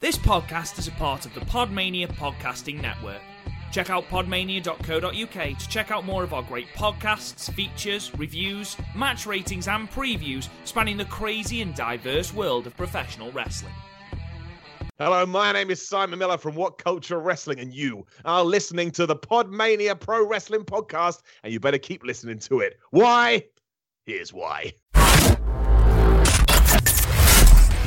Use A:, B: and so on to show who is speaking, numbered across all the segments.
A: This podcast is a part of the Podmania Podcasting Network. Check out podmania.co.uk to check out more of our great podcasts, features, reviews, match ratings, and previews spanning the crazy and diverse world of professional wrestling.
B: Hello, my name is Simon Miller from What Culture Wrestling, and you are listening to the Podmania Pro Wrestling Podcast, and you better keep listening to it. Why? Here's why.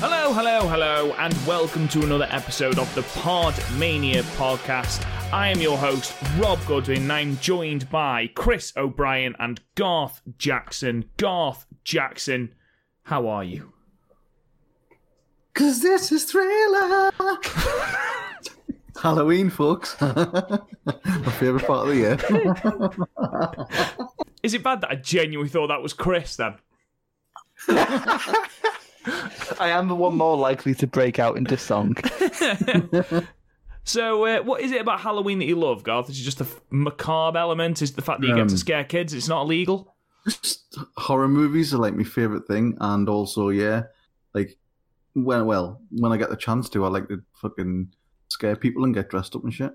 A: Hello, hello, hello, and welcome to another episode of the Podmania podcast. I am your host, Rob Goodwin, and I'm joined by Chris O'Brien and Garth Jackson. Garth Jackson, how are you?
C: Cause this is thriller. Halloween, folks. My favourite part of the year.
A: Is it bad that I genuinely thought that was Chris then?
D: I am the one more likely to break out into song.
A: So, uh, what is it about Halloween that you love, Garth? Is it just the f- macabre element? Is it the fact that you get to
C: Um,
A: scare kids? It's not illegal?
C: Horror movies are like my favourite thing, and also, yeah, like when well, when I get the chance to, I like to fucking scare people and get dressed up and shit.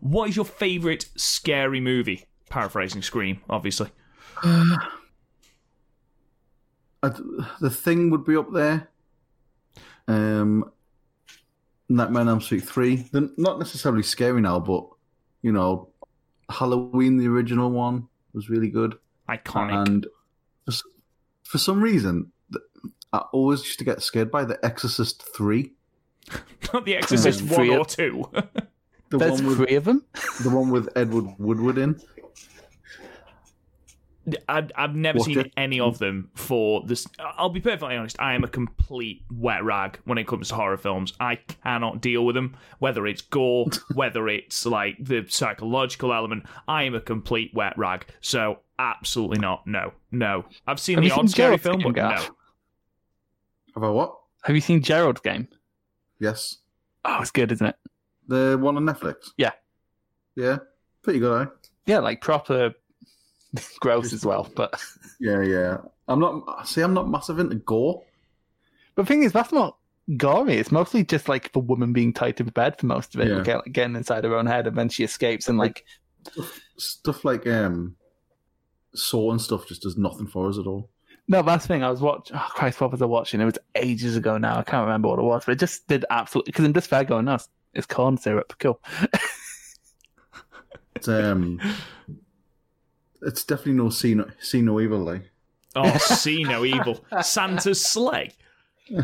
A: What is your favourite scary movie? Paraphrasing Scream, obviously.
C: I, the thing would be up there. Um, Nightmare on Elm Street three. They're not necessarily scary now, but you know, Halloween the original one was really good.
A: Iconic.
C: And for, s- for some reason, th- I always used to get scared by The Exorcist 3.
A: Not The Exorcist
D: Um,
A: 1
D: Fear-
A: or 2.
C: The
D: There's
C: one, with,
D: three of them.
C: the one with Edward Woodward in.
A: I've, I've never
C: Watch
A: seen
C: it.
A: any of them for this. I'll be perfectly honest. I am a complete wet rag when it comes to horror films. I cannot deal with them, whether it's gore, whether it's like the psychological element. I am a complete wet rag. So absolutely not. No, no. I've seen
D: Have
A: the
D: you seen
A: odd scary film,
D: Gerald's Game,
A: but no.
D: Garth?
C: Have I what?
D: Have you seen Gerald's game?
C: Yes.
D: Oh, it's good, isn't it?
C: The one on Netflix?
D: Yeah.
C: Yeah. Pretty good, eh?
D: Yeah, like proper gross as well. But
C: Yeah, yeah. I'm not, see, I'm not massive into gore.
D: but the thing is, that's not gory. It's mostly just like the woman being tied to the bed for most of it,
C: Yeah.
D: and get- getting inside her own head, and then she escapes. And like,
C: Stuff like um, Saw and stuff just does nothing for us at all.
D: no, that's the thing. I was watching. Oh Christ, what was I watching? It was ages ago now. I can't remember what it was, but it just did absolutely. Because I'm just there going, no, it's- it's corn syrup. Cool.
C: It's, um, it's definitely no see no, see no evil, like.
A: Oh, see no evil. Santa's sleigh.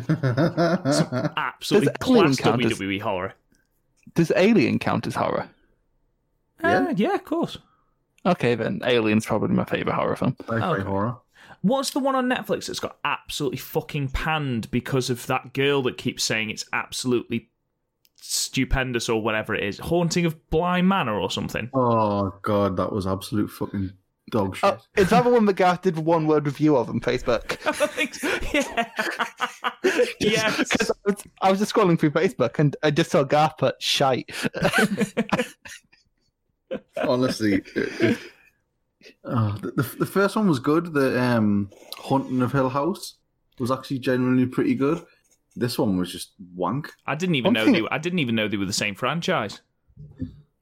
A: Absolutely
D: Does Alien
A: class
D: count as-
A: WWE horror.
D: Does Alien count as horror?
C: Yeah.
A: Ah, yeah, of course.
D: Okay, then Alien's probably my favorite horror film.
C: Sci-fi
A: Okay.
C: horror.
A: What's the one on Netflix that's got absolutely fucking panned because of that girl that keeps saying it's absolutely stupendous or whatever it is? Haunting of Bly Manor or something.
C: Oh god, that was absolute fucking dog shit.
D: Oh, is that the one that Garth did one word review of on Facebook?
A: I think so. yeah. yes.
D: Because I, was- I was just scrolling through Facebook and I just saw Garth put shite. Oh.
C: Honestly, it- it- Oh, the, the the first one was good. The um, Haunting of Hill House was actually genuinely pretty good. This one was just wank.
A: I didn't even
D: One
A: know
D: thing-
A: they were, I didn't even know they were the same franchise.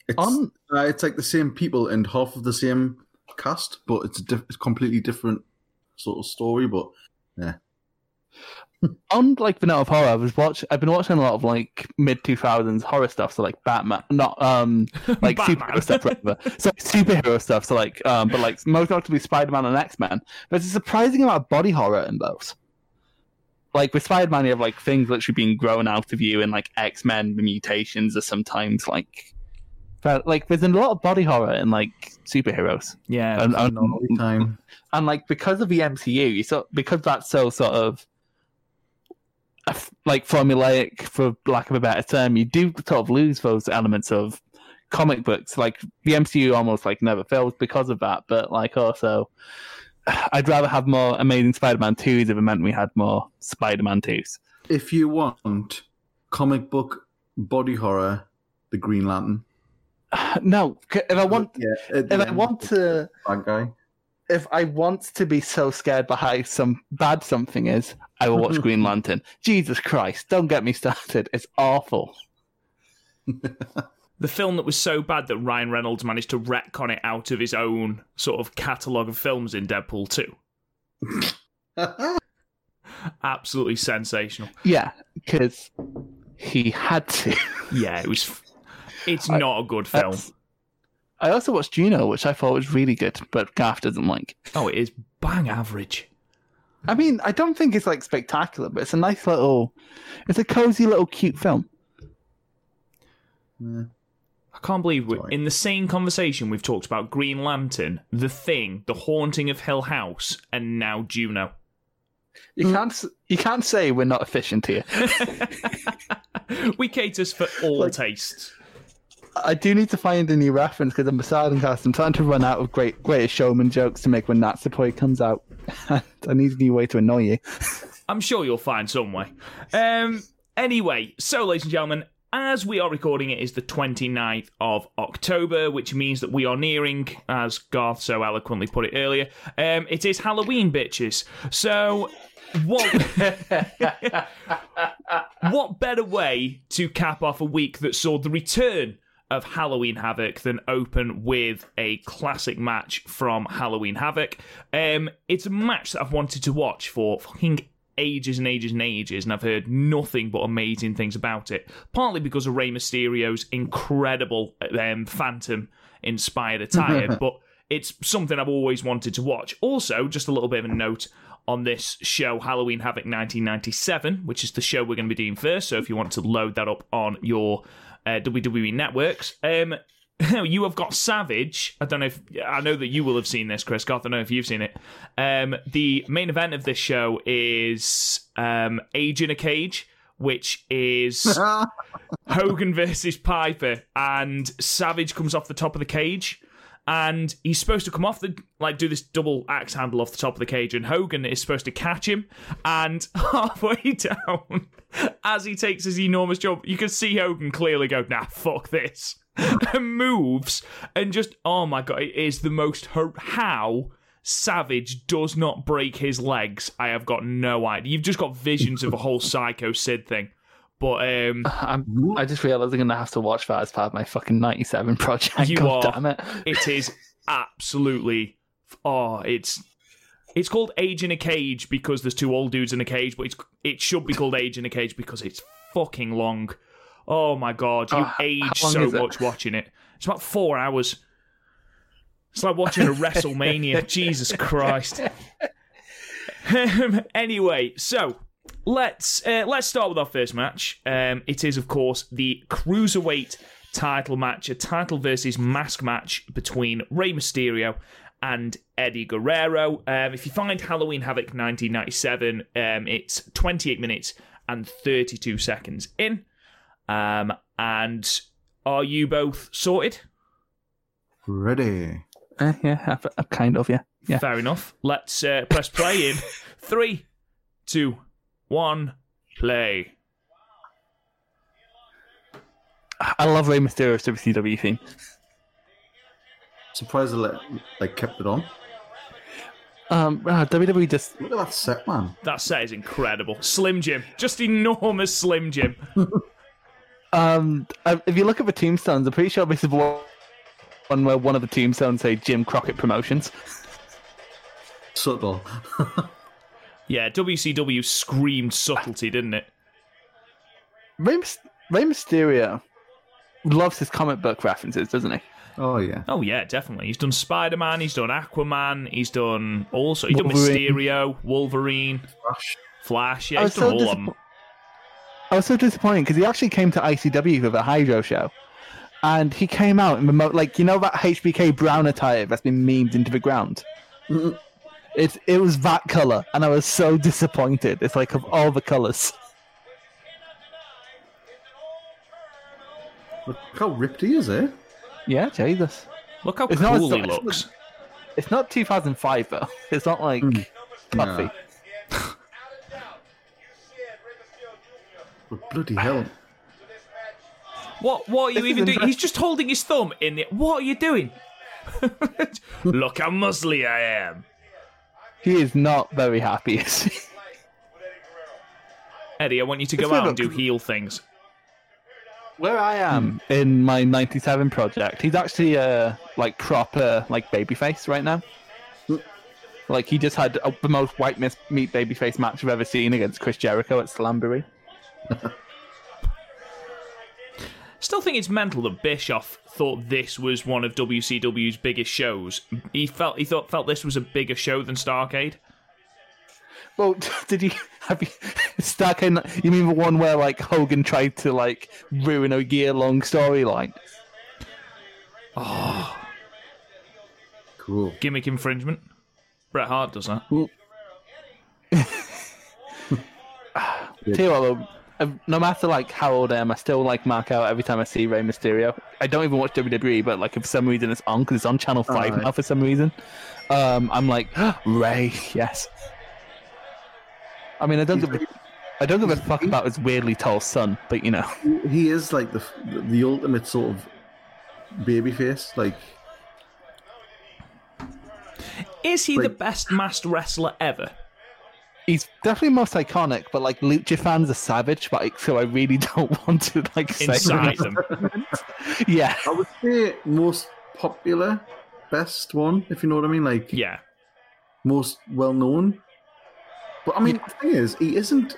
C: It's
D: On-
C: uh, it's like the same people and half of the same cast, but it's a diff- it's completely different sort of story. But
D: On like the note of horror, I was watch. I've been watching a lot of like mid two thousands horror stuff, so like Batman, not um like
A: Batman.
D: superhero stuff, rather. So superhero stuff, so like um, but like most notably Spider Man and X Men. There's a surprising amount of body horror in those. Like with Spider Man, you have like things literally being grown out of you, and like X Men, the mutations are sometimes like, but, like there's a lot of body horror in like superheroes.
A: Yeah.
D: And-
C: I
D: and-
C: know every time.
D: and like because of the MCU, you sort because that's so sort of a f- like formulaic, for lack of a better term, you do sort of lose those elements of comic books. Like the MCU almost like never fails because of that. But like also, I'd rather have more Amazing Spider-Man twos if it meant we had more Spider-Man twos.
C: If you want comic book body horror, the Green Lantern.
D: No, c- if I want,
C: yeah, at the
D: if I
C: end,
D: want to.
C: bad guy.
D: if I want to be so scared by how some bad something is, I will watch Green Lantern. Jesus Christ, don't get me started. It's awful.
A: the film that was so bad that Ryan Reynolds managed to retcon it out of his own sort of catalogue of films in Deadpool 2. Absolutely sensational.
D: Yeah, because he had to.
A: Yeah, it was. f- It's not a good film.
D: That's- I also watched Juno, which I thought was really good, but Garth doesn't like.
A: Oh, it is bang average.
D: I mean, I don't think it's like spectacular, but it's a nice little, it's a cozy little cute film.
A: I can't believe we
C: Sorry.
A: in the same conversation we've talked about Green Lantern, The Thing, The Haunting of Hill House, and now Juno.
D: You can't s- you can't say we're not efficient here.
A: We cater for all tastes.
D: I do need to find a new reference because I'm a silent cast. I'm starting to run out of great greatest showman jokes to make when Natsupoi comes out. I need a new way to annoy you.
A: I'm sure you'll find some way. Um, anyway, so, ladies and gentlemen, as we are recording it is the 29th of October, which means that we are nearing, as Garth so eloquently put it earlier, um, it is Halloween, bitches. So, what, what better way to cap off a week that saw the return of Halloween Havoc than open with a classic match from Halloween Havoc? Um, it's a match that I've wanted to watch for fucking ages and ages and ages, and I've heard nothing but amazing things about it. Partly because of Rey Mysterio's incredible um, Phantom inspired attire, but it's something I've always wanted to watch. Also, just a little bit of a note on this show, Halloween Havoc 1997, which is the show we're going to be doing first. So if you want to load that up on your uh, WWE networks, um, you have got Savage. I don't know if I know that you will have seen this, Chris Goth. I don't know if you've seen it. Um, the main event of this show is um, Age in a Cage, which is. Hogan versus Piper, and Savage comes off the top of the cage, and he's supposed to come off the like do this double axe handle off the top of the cage, and Hogan is supposed to catch him, and halfway down, as he takes his enormous jump, you can see Hogan clearly go, "Nah, fuck this," and moves, and just oh my god, it is the most hor- how. Savage does not break his legs. I have got no idea. You've just got visions of a whole Psycho Sid thing. But um
D: I'm, I just realised I'm going to have to watch that as part of my fucking 97 project.
A: You
D: God
A: are.
D: damn it.
A: it is absolutely oh it's it's called age in a cage because there's two old dudes in a cage but it's it should be called age in a cage because it's fucking long oh my god you
D: Oh, how
A: age
D: long
A: so
D: is it?
A: much watching it it's about four hours it's like watching a wrestlemania jesus christ um, anyway so let's uh, let's start with our first match. Um, it is, of course, the cruiserweight title match, a title versus mask match between Rey Mysterio and Eddie Guerrero. Um, if you find Halloween Havoc 1997, um, it's 28 minutes and 32 seconds in. Um, and are you both sorted?
C: Ready.
D: Eh, yeah, I've- I've kind of, yeah. Yeah.
A: Fair enough. Let's uh, press play in three, two, one, play.
D: I love Rey Mysterio's WCW theme.
C: Surprised they let, like kept it on.
D: Um, ah, WWE just
C: Look at that set, man.
A: That set is incredible. Slim Jim. Just enormous Slim Jim.
D: Um, uh, if you look at the tombstones, I'm pretty sure this is one one where one of the tombstones say Jim Crockett Promotions.
C: Subtle.
A: Yeah, WCW screamed subtlety, didn't it?
D: Rey, Mys- Rey Mysterio loves his comic book references, doesn't he?
C: Oh yeah.
A: Oh, yeah, definitely. He's done Spider Man, he's done Aquaman, he's done also. He's done
D: Wolverine.
A: Mysterio, Wolverine,
C: Flash.
A: Flash. Yeah,
D: I
A: he's
D: was
A: done all
D: so
A: of them.
D: disappo- I was so disappointed because he actually came to ICW for the Hydro show, and he came out in the mo- like you know that HBK brown attire that's been memed into the ground.
A: Mm-hmm.
C: Mhm.
D: It it was that color, and I was so disappointed. It's like of all the colors.
C: Look how ripped he is, eh?
D: Yeah, Jesus.
A: Look how
D: It's not
A: cool
D: as-
A: he
D: it's not-
A: looks.
D: It's not 2005 though. It's not like puffy.
C: No. But bloody hell.
A: What? What are you
D: This is
A: even doing?
D: impressive.
A: He's just holding his thumb in it. What are you doing? Look how muscly I am.
D: He is not very happy. Is he?
A: Eddie, I want you to go
D: It's not
A: out
D: a-
A: and do heel things.
D: Where I am in my '97 project, he's actually uh, like proper like babyface right now. Like he just had uh, the most white mis- meat babyface match I've ever seen against Chris Jericho at Slambury.
A: Still think it's mental that Bischoff thought this was one of WCW's biggest shows. He felt he thought felt this was a bigger show than Starcade.
D: Well, did you have you stuck in? You mean the one where like Hogan tried to like ruin a year-long storyline?
C: Cool.
A: Gimmick infringement. Bret Hart does that.
D: Tell you what, though, uh, no matter like how old I am, I still like mark out every time I see Rey Mysterio. I don't even watch WWE, but like if for some reason it's on because it's on Channel Five
C: Alright.
D: now for some reason, um, I'm like Ray, yes. I mean, I don't give a, I don't give a fuck about his weirdly tall son, but you know,
C: He is like the the ultimate sort of babyface. Like,
A: Is he the
C: Like-
A: best masked wrestler ever?
D: he's definitely most iconic. But like Lucha fans are savage, but like, so I really don't want to like say
A: Inside them.
D: yeah.
C: I would say most popular, best one, if you know what I mean. Like,
A: Yeah.
C: most well known. But I mean, the thing is, he isn't.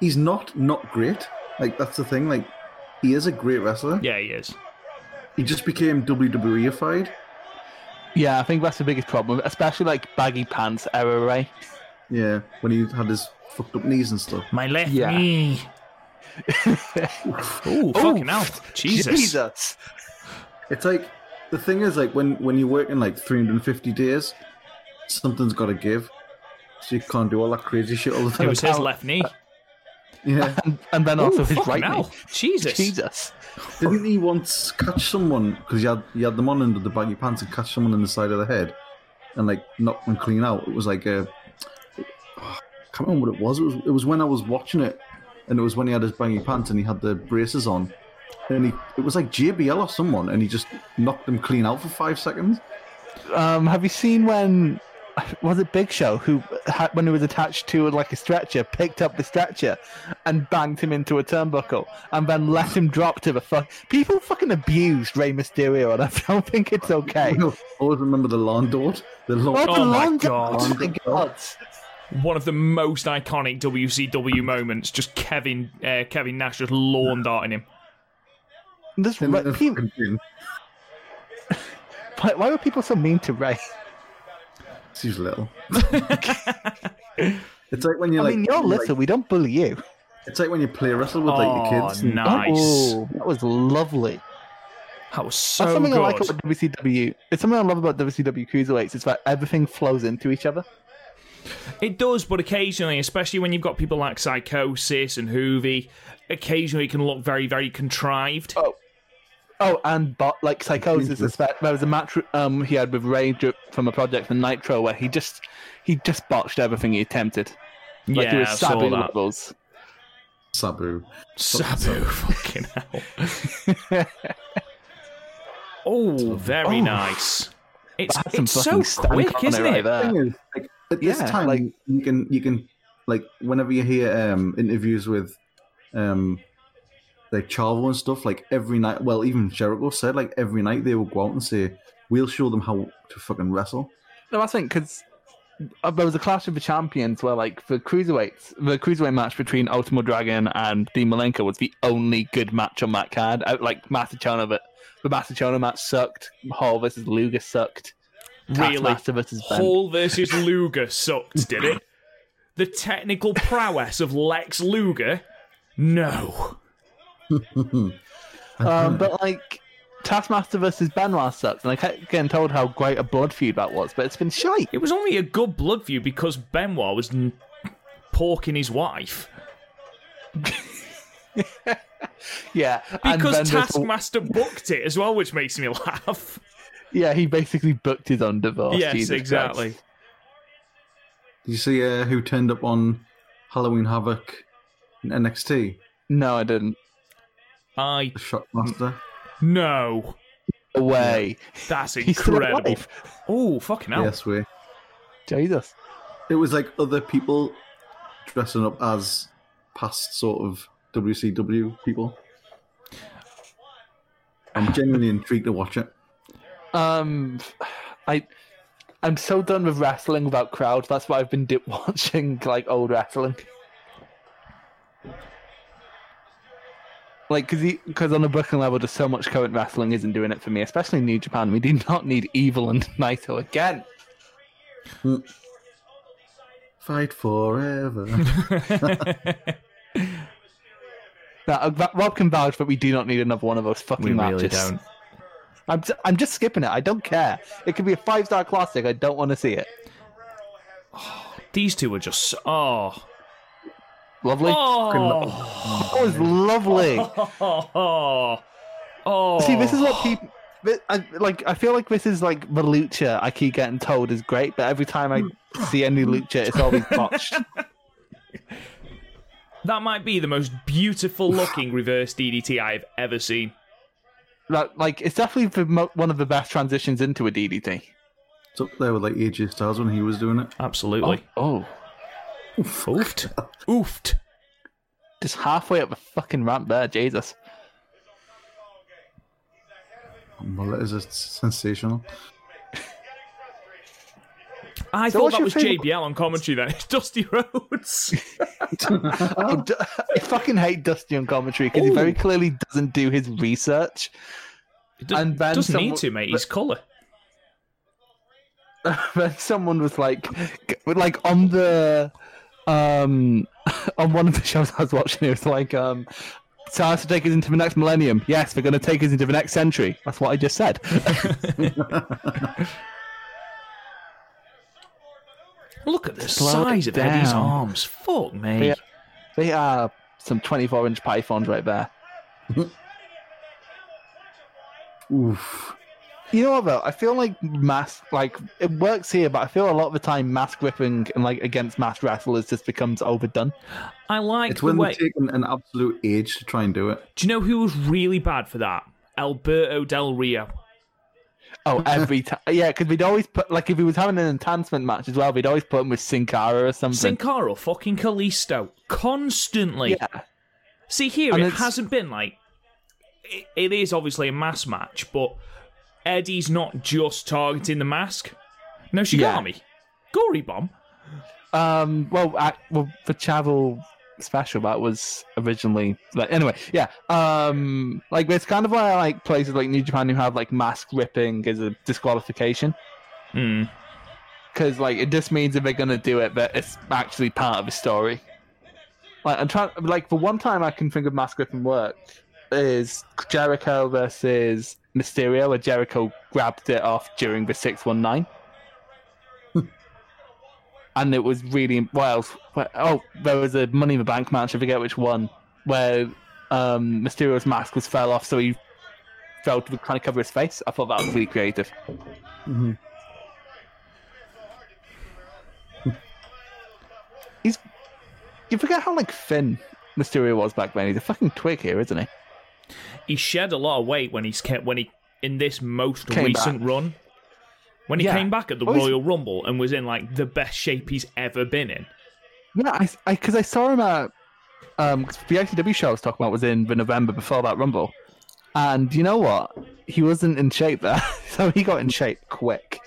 C: He's not not great. Like that's the thing. Like he is a great wrestler.
A: Yeah, he is.
C: He just became WWEified.
D: Yeah, I think that's the biggest problem, especially like baggy pants era, Ray.
C: Yeah, when he had his fucked up knees and stuff.
A: My left
D: Yeah.
A: knee. Ooh, fucking hell. Jesus.
D: Jesus.
C: It's like the thing is like when when you're working like 350 days, something's got to give. So you can't do all that crazy shit all the
A: It
C: time.
A: was his left knee.
C: Yeah,
D: And, and then also
A: Ooh,
D: his
A: fucking
D: right knee.
A: hell. Jesus.
D: Jesus.
C: didn't he once catch someone because he had he had them on under the baggy pants and catch someone in the side of the head, and like knock them clean out? It was like a I can't remember what it was. It was it was when I was watching it, and it was when he had his baggy pants and he had the braces on, and he it was like JBL or someone, and he just knocked them clean out for five seconds.
D: Um, have you seen when was it Big Show who had, when he was attached to like a stretcher picked up the stretcher and banged him into a turnbuckle and then let him drop to the fuck? People fucking abused Rey Mysterio, and I don't think it's okay.
C: I always remember the lawn dart. The lawn.
D: What
A: Oh my
D: long-
A: God.
D: Oh my God.
A: One of the most iconic WCW moments. Just Kevin uh, Kevin Nash just lawn darting him.
D: This,
C: Him
D: Ray-
C: and the
D: people,
C: fucking pin.
D: why, why were people so mean to Ray?
C: She's little. it's like when
D: I
C: you're like,
D: mean, you're
C: like-
D: little. We don't bully you.
C: it's like when you play wrestle with like your
A: Oh,
C: kids. Hmm. and-
A: nice.
D: Oh, that was lovely.
A: That was
D: That's
A: so
D: something
A: good.
D: I like about WCW. It's something I love about WCW cruiserweights. It's that everything flows into each other.
A: It does, but occasionally, especially when you've got people like Psychosis and Hoovy, occasionally it can look very, very contrived.
D: Oh, and but like Psychosis, espe- there was a match um he had with Ray Dr- from a project in Nitro where he just he just botched everything he attempted. Like
A: yeah,
D: he
A: I
D: was
A: saw
D: savvy
A: that.
D: levels.
C: Sabu.
A: Sabu, fucking hell. oh, very
D: Oh.
A: nice. It's,
D: That's some
A: it's so
D: fucking stank
A: quick,
D: on
A: isn't
D: right
A: it?
D: there.
C: thing is, like, at this
D: Uh, Yeah,
C: time,
D: like-
C: you can you can like whenever you hear um, interviews with um, like Charvo and stuff, like every night. Well, even Jericho said like every night they would go out and say, "We'll show them how to fucking wrestle."
D: No, I think because uh, there was a clash of the champions where, like, the cruiserweights, the cruiserweight match between Ultimo Dragon and Dean Malenko was the only good match on that card. Uh, like, Masachona, but the Masachona match sucked. Hall versus Luger sucked.
A: Really?
D: Taskmaster versus Ben.
A: Hall versus Luger sucked, did it? The technical prowess of Lex Luger? No.
D: Um, but like. Taskmaster versus Benoit sucked, and I kept getting told how great a blood feud that was, but it's been shite.
A: It was only a good blood feud because Benoit was n- porking his wife.
D: Yeah, and
A: Because
D: Bendis-
A: Taskmaster booked it as well, which makes me laugh.
D: Yeah, he basically booked his own divorce.
A: yes,
D: Oh, Jesus Christ.
A: exactly.
C: Did you see uh, who turned up on Halloween Havoc in NXT?
D: No, I didn't.
A: I
C: The Shockmaster.
A: know.
D: Away.
A: That's
D: He's still
A: incredible.
D: alive.
A: Oh, fucking hell.
C: Yes, we.
D: Jesus.
C: It was like other people dressing up as past sort of WCW people. I'm genuinely intrigued to watch it.
D: Um, I, I'm so done with wrestling without crowds. That's why I've been dip watching like old wrestling. Like, cause, he, cause on a booking level, just so much current wrestling isn't doing it for me, especially New Japan. We do not need Evil and Naito again.
C: Hmm. Fight forever.
D: Now, uh, Ro- Rob can vouch, but we do not need another one of those fucking
A: We
D: matches.
A: really don't.
D: I'm, t- I'm just skipping it. I don't care. It could be a five star classic. I don't want to see it.
A: These two are just. so- Oh.
D: Lovely.
A: Oh.
D: That was lovely.
A: Oh. Oh.
D: See, this is what people. I, like I feel like this is like the lucha I keep getting told is great, but every time I see any lucha, it's always botched.
A: That might be the most beautiful looking reverse DDT I've ever seen.
D: like, like it's definitely the mo- one of the best transitions into a DDT.
C: it's up there with like AJ Styles when he was doing it.
A: Absolutely.
D: Oh,
A: Oofed. Oofed.
D: just halfway up the fucking ramp there, Jesus!
C: Well, it is it's sensational.
A: I
D: So
A: thought
D: what's
A: that
D: your
A: was
D: favourite-
A: JBL on commentary then. It's Dusty Rhodes.
D: I, d- I fucking hate Dusty on commentary because he very clearly doesn't do his research.
A: It does,
D: And then
A: doesn't need
D: someone-
A: to, mate. He's colour.
D: then someone was like, g- like on the, um, on one of the shows I was watching, it was like, um, Stars to take us into the next millennium. Yes, they're going to take us into the next century. That's what I just said.
A: Look at the
D: Slow it
A: size of Eddie's
D: down.
A: arms. Fuck me.
D: Yeah. they are some 24 inch pythons right there.
C: Oof.
D: You know what though? I feel like mask, like it works here, but I feel a lot of the time mask ripping and like against mask wrestlers just becomes overdone.
A: I like
C: It's
A: the
C: when
A: way.
C: they're taking an absolute age to try and do it.
A: Do you know who was really bad for that? Alberto Del Rio.
D: Oh, every time, yeah, because we'd always put like if he was having an enhancement match as well, we'd always put him with Sin Cara or something.
A: Sin Cara, fucking Kalisto. Constantly.
D: yeah.
A: See, here
D: And
A: it
D: it's-
A: hasn't been like. It, it is obviously a mass match, but Eddie's not just targeting the mask. No, Shigami. Gory Bomb.
D: Um. Well, I, well, the travel special that was originally like anyway. Yeah. Um. Like it's kind of why I like places like New Japan who have like mask ripping as a disqualification
A: Hmm.
D: because like it just means if they're gonna do it that it's actually part of the story. Like I'm trying. Like the one time I can think of mask ripping work is Jericho versus Mysterio, where Jericho grabbed it off during the six one nine. And it was really what else? Where, oh, there was a Money in the Bank match. I forget which one where um, Mysterio's mask was fell off, so he fell to kind of cover his face. I thought that was really creative. He's you forget how like thin Mysterio was back then. He's a fucking twig here, isn't he?
A: He shed a lot of weight when he's kept when he in this most
D: Came
A: recent run. When he
D: Yeah.
A: came back at the
D: Oh, he's-
A: Royal Rumble and was in like the best shape he's ever been in.
D: Yeah, I because I, saw him at um 'cause the ICW show I was talking about was in the November before that Rumble, and you know what? He wasn't in shape there, so he got in shape quick.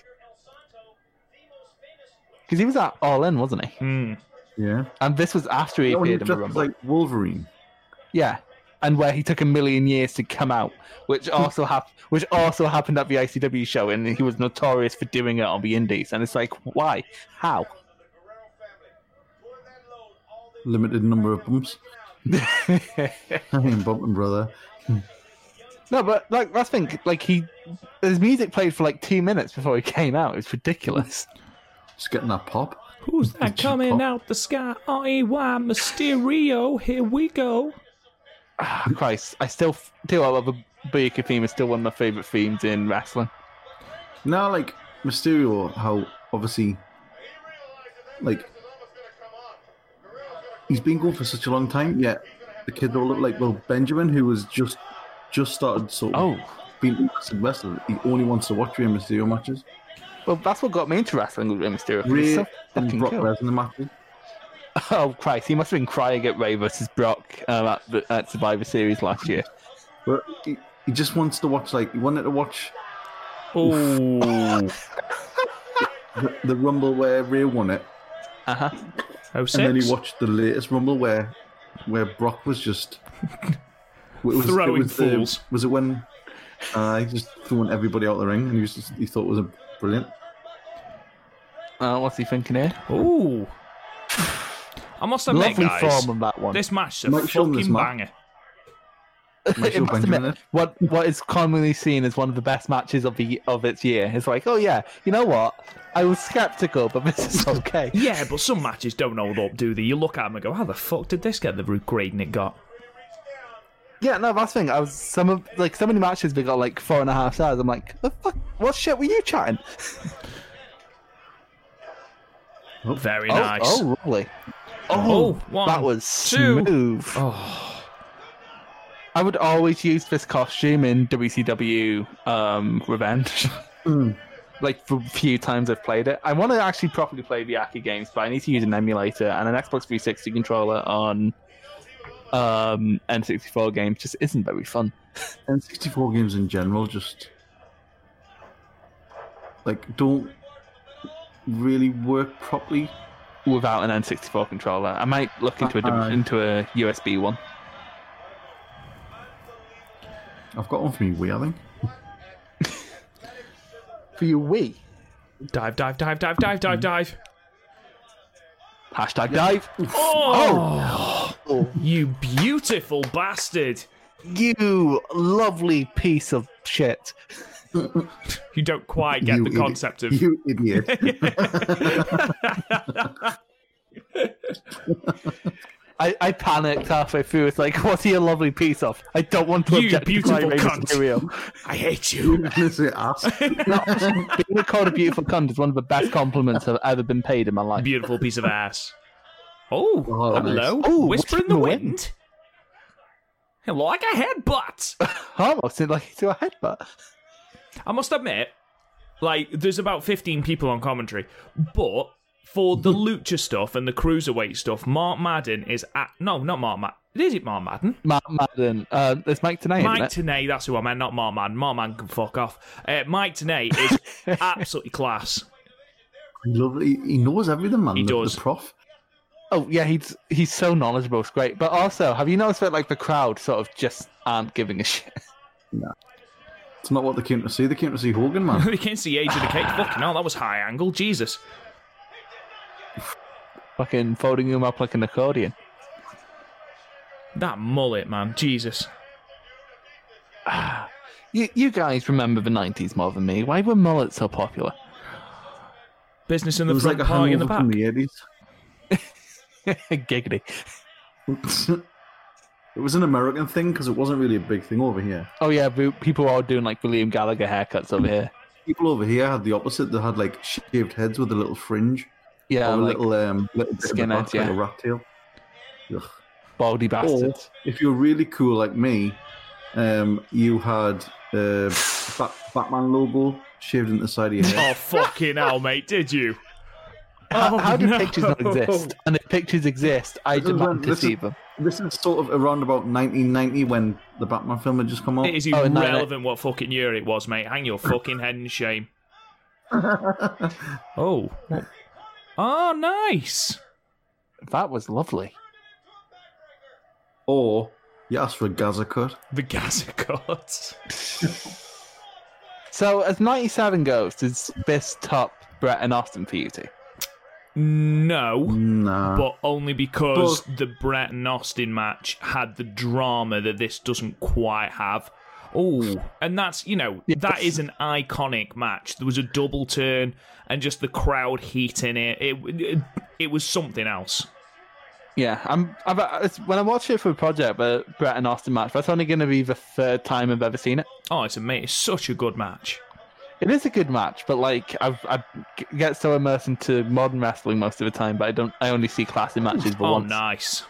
D: Because he was at All In, wasn't he?
A: Hmm.
C: Yeah.
D: And this was after he
C: That one
D: appeared in the
C: dressed as,
D: Rumble.
C: like Wolverine.
D: Yeah, and where he took a million years to come out, which also hap- which also happened at the ICW show, and he was notorious for doing it on the Indies. And it's like, why? How?
C: Limited number of bumps. I mean, bumping brother.
D: No, but like that's the thing. Like he, his music played for like two minutes before he came out. It's ridiculous.
C: Just getting that pop.
A: Who's that
C: coming
A: coming out the sky? I E Y Mysterio. Here we go.
D: ah, Christ, I still f- do. I love the Booyaka theme. It's still one of my favorite themes in wrestling.
C: Now, like Mysterio, how obviously, like he's been going for such a long time. Yet the kid all look like well Benjamin, who was just just started sort of
D: Oh,
C: being interested in wrestling. He only wants to watch Rey Mysterio matches,
D: well, that's what got me into wrestling with Rey Mysterio. 'cause
C: Rey
D: he's so
C: and
D: fucking
C: Brock
D: cool.
C: Lesnar matches.
D: Oh Christ, he must have been crying at Ray versus Brock um, at, the, at Survivor Series last year.
C: But he, he just wants to watch like he wanted to watch
A: Oh,
C: the, the Rumble where Rey won it,
D: Uh
C: Uh-huh.
D: huh.
A: oh
C: and then
A: six.
C: he watched the latest Rumble where where Brock was just it was,
A: Throwing
C: the-
A: fools.
C: was it when uh, he just throwing everybody out of the ring, and he was just, he thought it was a brilliant.
D: Uh, what's he thinking here?
A: Ooh. I must admit,
D: Lovely
A: guys,
D: form on that one.
A: this match's a
C: Mike Shulman,
A: fucking
C: this man.
A: banger.
D: it
C: Michael
D: must
C: Benjamin
D: admit, what what is commonly seen as one of the best matches of the of its year. It's like, oh yeah, you know what? I was skeptical, but this is okay.
A: Yeah, but some matches don't hold up, do they? You look at them and go, how the fuck did this get the grading it got?
D: yeah, no, that's the thing. I was some of like so many matches we got like four and a half stars. I'm like, the fuck, what shit were you chatting?
A: Very
D: Oh,
A: nice.
D: oh, lovely.
A: Oh,
D: Oh,
A: one,
D: that was
A: two. Oh.
D: smooth. I would always use this costume in WCW um, Revenge. Hmm. like the few times I've played it, I want to actually properly play the Aki games, but I need to use an emulator and an Xbox 360 controller on um, N64 games. Just isn't very fun.
C: and 64 games in general just like don't really work properly
D: without an N64 controller. I might look into a
C: Uh-uh.
D: into a USB one.
C: i've got one for me wii i think
D: For your Wii.
A: Dive, dive, dive, dive, dive, dive, dive.
D: Hashtag dive.
A: Oh, you beautiful bastard.
D: You lovely piece of shit.
A: You don't quite get
C: You
A: the
C: idiot.
A: concept of.
C: you idiot
D: I, I panicked halfway through. It's like, what's he a lovely piece of? I don't want to
A: You
D: objectify
A: beautiful
D: Rey
A: cunt.
D: Mysterio.
A: I hate you.
C: This is ass.
D: Being called a beautiful cunt is one of the best compliments I've ever been paid in my life.
A: Beautiful piece of ass. Oh,
C: Oh, nice.
A: hello.
D: Oh,
A: Whisper in
D: whisper
A: the wind. Like a headbutt.
D: Almost like to a headbutt.
A: I must admit, like, there's about 15 people on commentary, but for the lucha stuff and the cruiserweight stuff, Mark Madden is at. No, not Mark Madden. Is it Mark Madden?
D: Matt Madden. Uh, it's Mike Tanay,
A: Mike
D: isn't it?
A: Tanay, that's who I meant, not Mark Madden. Mark Madden can fuck off. Uh, Mike Tanay is absolutely class.
C: Lovely. He knows everything, man.
A: He
C: the,
A: does.
C: The prof.
D: Oh, yeah, he's he's so knowledgeable. It's great. But also, have you noticed that like the crowd sort of just aren't giving a shit?
C: It's not what they came to see. They came to see Hogan, man.
A: we can't see age of the cake. Fucking hell, that was high angle. Jesus.
D: Fucking folding him up like an accordion.
A: That mullet, man. Jesus.
D: You, you guys remember the 90s more than me. Why were mullets so popular?
A: Business in
C: It
A: the
C: was
A: front,
C: like a
A: party in the
C: hangover
A: back.
C: from the eighties.
D: Giggity.
C: it was an American thing because it wasn't really a big thing over here.
D: Oh, yeah, we- people are doing like William Gallagher haircuts over here.
C: People over here had the opposite. They had like shaved heads with a little fringe
D: Yeah,
C: or a
D: like
C: little um, little bit of the
D: skinheads,
C: back, like
D: yeah.
C: a rat tail. Ugh.
D: baldy bastards.
C: if you're really cool like me, um, you had uh, Bat- Batman logo shaved into the side of your head.
A: Oh, fucking hell, mate. Did you?
D: how,
A: Oh,
D: how do
A: no.
D: pictures not exist? And if pictures exist, I
C: This is
D: demand
C: when-
D: to
C: this
D: see
C: is-
D: them.
C: This is sort of around about 1990 when the Batman film had just come out.
A: It is
D: Oh, no, no.
A: irrelevant what fucking year it was, mate. Hang your fucking head in shame. oh. what- Oh, nice.
D: That was lovely.
C: Or you asked for a Gaza cut.
A: The Gaza cut.
D: So, as 97 goes, does this top Brett and Austin for you two?
A: No.
C: Nah.
A: but only because the Brett and Austin match had the drama that this doesn't quite have. Oh, and that's you know that is an iconic match. There was a double turn and just the crowd heat in it. It it, it was something else.
D: Yeah, I'm. I've, uh, it's, when I watched it for the project, the Brett and Austin match, that's only going to be the third time I've ever seen it.
A: Oh, it's amazing. It's such a good match.
D: It is a good match, but like I've, I g- get so immersed into modern wrestling most of the time, but I don't. I only see classic matches. But
A: Oh,
D: once.
A: nice.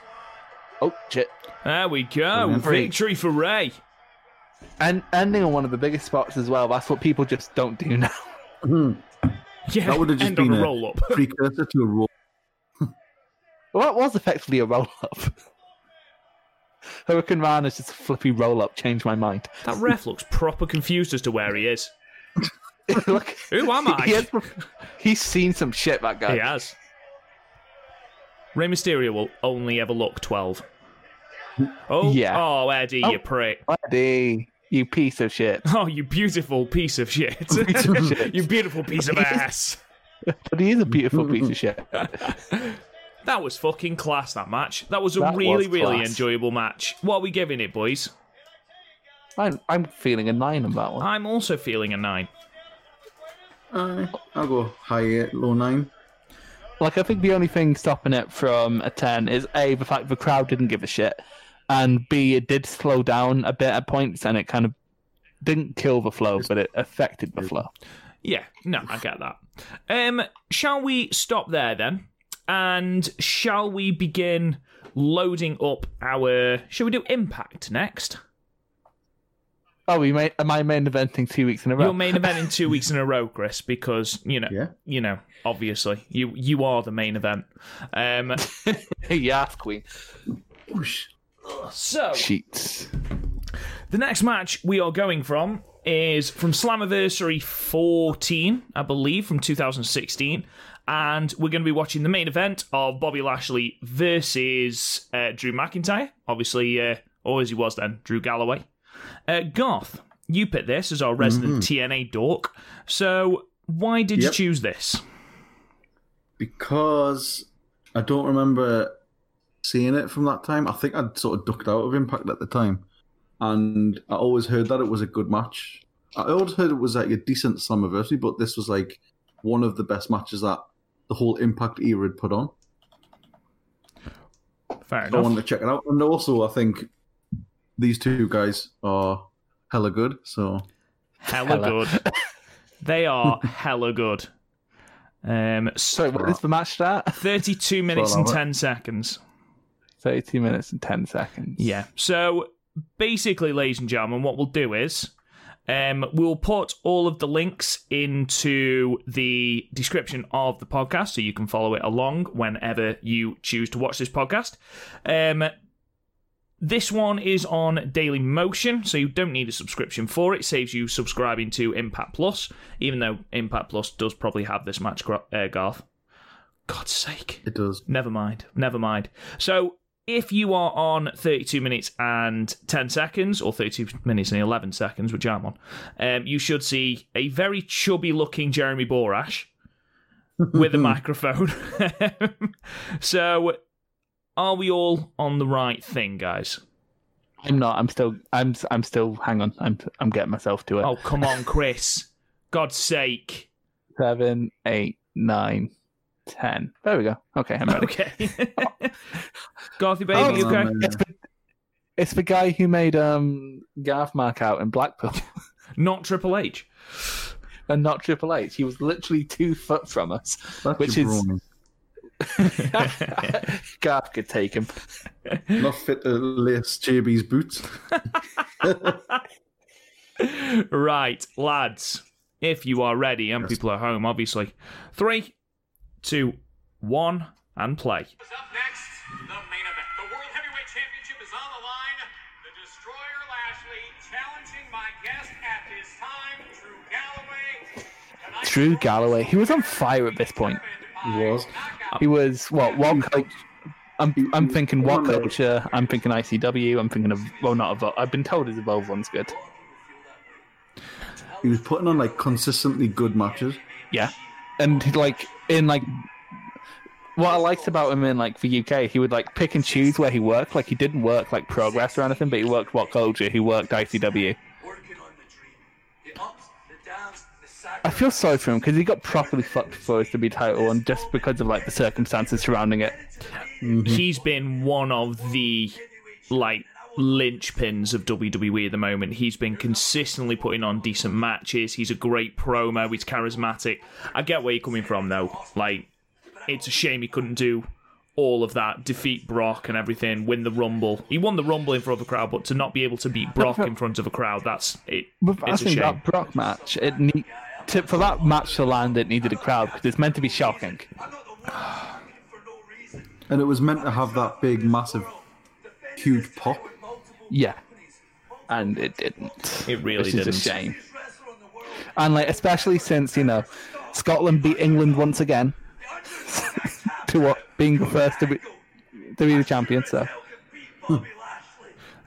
D: Oh shit!
A: There we go.
C: Brilliant.
A: Victory for Ray.
D: And ending on one of the biggest spots as well. That's what people just don't do now.
A: Yeah,
C: That would've just
A: end
C: been
A: on a
C: a-
A: roll up.
C: Precursor to a roll.
D: Well, that was effectively a roll up. Hurricane Rana is just a flippy roll up. Changed my mind.
A: That ref looks proper confused as to where he is.
D: Look,
A: Who am I?
D: he has, he's seen some shit. That guy.
A: He has. Rey Mysterio will only ever look 12. Oh,
D: Yeah.
A: oh Eddie, you
D: Oh.
A: prick.
D: Buddy, you piece of shit.
A: Oh, you beautiful piece of shit. you beautiful piece of ass.
D: But he is a beautiful piece of shit.
A: That was fucking class, that match. That was a
D: That was
A: really, really
D: class.
A: enjoyable match. What are we giving it, boys?
D: I'm, I'm feeling a nine on that one.
A: I'm also feeling a nine.
C: Aye, I'll go high eight, low nine.
D: Like, I think the only thing stopping it from a 10 is A, the fact the crowd didn't give a shit, and B, it did slow down a bit at points and it kind of didn't kill the flow, but it affected the flow.
A: Yeah, no, I get that. Um, shall we stop there then? And shall we begin loading up our. Shall we do Impact next?
D: Oh, we made, am I main eventing two weeks in a row?
A: Your main event in two weeks in a row, Chris, because you know,
C: Yeah.
A: you know, obviously, you you are the main event. Um,
D: yeah, Queen.
C: Whoosh.
A: so
D: Sheets.
A: the next match we are going from is from Slammiversary 14, I believe, from 2016, and we're going to be watching the main event of Bobby Lashley versus uh, Drew McIntyre, obviously, uh, or as he was then, Drew Galloway. Uh, Garth, you picked this as our resident TNA dork, so why did
C: Mm-hmm. Yep.
A: you choose this?
C: because I don't remember seeing it from that time. I think I'd sort of ducked out of Impact at the time, and I always heard that it was a good match. I always heard it was like a decent Slammiversary, but this was like one of the best matches that the whole Impact era had put on.
A: Fair
C: I
A: enough.
C: wanted to check it out, and also I think these two guys are hella good. So
A: hella,
D: Hella.
A: good. they are hella good. Um, so
D: Sorry, what is the match start?
A: 32 minutes and
C: hour.
A: 10 seconds.
D: 32 minutes and 10 seconds.
A: Yeah. So basically, ladies and gentlemen, what we'll do is um, we'll put all of the links into the description of the podcast so you can follow it along whenever you choose to watch this podcast. Um, this one is on Daily Motion, so you don't need a subscription for it. Saves you subscribing to Impact Plus, even though Impact Plus does probably have this match, Gra- uh, Garth. God's sake.
C: it does.
A: Never mind. Never mind. So if you are on 32 minutes and 10 seconds, or 32 minutes and 11 seconds, which I'm on, um, you should see a very chubby looking Jeremy Borash with a microphone. so are we all on the right thing, guys?
D: I'm not. I'm still. I'm. I'm still. Hang on. I'm. I'm getting myself to it.
A: Oh, come on, Chris. God's sake.
D: Seven, eight, nine, ten. There we go. Okay, I'm ready.
A: Okay. Garthy Baby, you
C: Oh,
A: okay?
C: man.
D: It's the, it's the guy who made um Garth Mark out in Blackpool
A: Not Triple H.
D: and not Triple H. He was literally two foot from us.
C: That's
D: Which
C: a
D: is-
C: brony.
D: Garth could take him.
C: not fit to lace JB's boots.
A: Right, lads. If you are ready, and people at home, obviously. Three, two, one, and play.
E: is up next, the main event. The World Heavyweight Championship is on the line. The Destroyer Lashley challenging my guest at this time, Drew Galloway. Tonight's
D: Drew Galloway. He was on fire at this point.
E: by
C: was.
E: knockout
D: He was what? What coach? I'm, I'm thinking what
C: Remember-
D: culture. I'm thinking ICW. I'm thinking of well, not Evolve. I've been told his Evolve one's good.
C: He was putting on like consistently good matches.
D: Yeah, and he'd, like in like what I liked about him in like the UK, he would like pick and choose where he worked. Like he didn't work like Progress or anything, but he worked What Culture, he worked ICW.
E: Working on the dream. The ups, the downs, the sides.
D: I feel sorry for him because he got properly fucked for his WWE title and just because of like the circumstances surrounding it. Mm-hmm.
A: He's been one of the like linchpins of WWE at the moment. He's been consistently putting on decent matches. He's a great promo. He's charismatic. I get where you're coming from though. Like, it's a shame he couldn't do all of that, defeat Brock and everything, win the Rumble. He won the Rumble in front of a crowd, but to not be able to beat Brock in front of a crowd, that's it.
D: But I
A: It's a
D: think
A: shame.
D: that Brock match, it need, to, for that match to land, it needed a crowd because it's meant to be shocking.
C: And it was meant to have that big, massive, huge pop.
D: Yeah, and it didn't.
A: It really
D: which is
A: didn't.
D: a shame. And like, especially since you know, Scotland beat England once again to what being the first to be to be the champion. So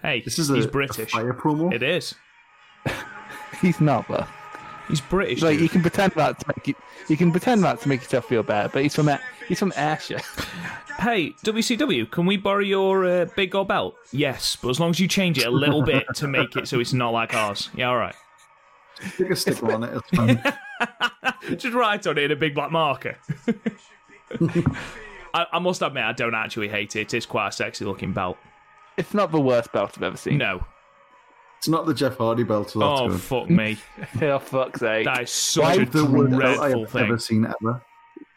A: Hey,
C: This is a,
A: he's
C: a
A: British.
C: fire promo.
A: It is.
D: he's not, but
A: He's British.
D: like you
A: dude.
D: can pretend that to make you, you can pretend that to make yourself feel better. But he's from A- he's from Ayrshire.
A: Hey, WCW, can we borrow your uh, big old belt? Yes, but as long as you change it a little bit to make it so it's not like ours. Yeah, all right.
C: Stick a sticker on it. It's fine.
A: Just write on it in a big black marker. I, I must admit, I don't actually hate it. It is quite a sexy looking belt.
D: It's not the worst belt I've ever seen.
A: No.
C: it's not the Jeff Hardy belt. So that's
A: Oh,
C: good.
A: fuck me.
D: Oh, fuck's sake.
A: That is such
D: Why
A: a
D: the
C: the worst belt I
A: dreadful
C: have
A: thing.
C: ever seen ever.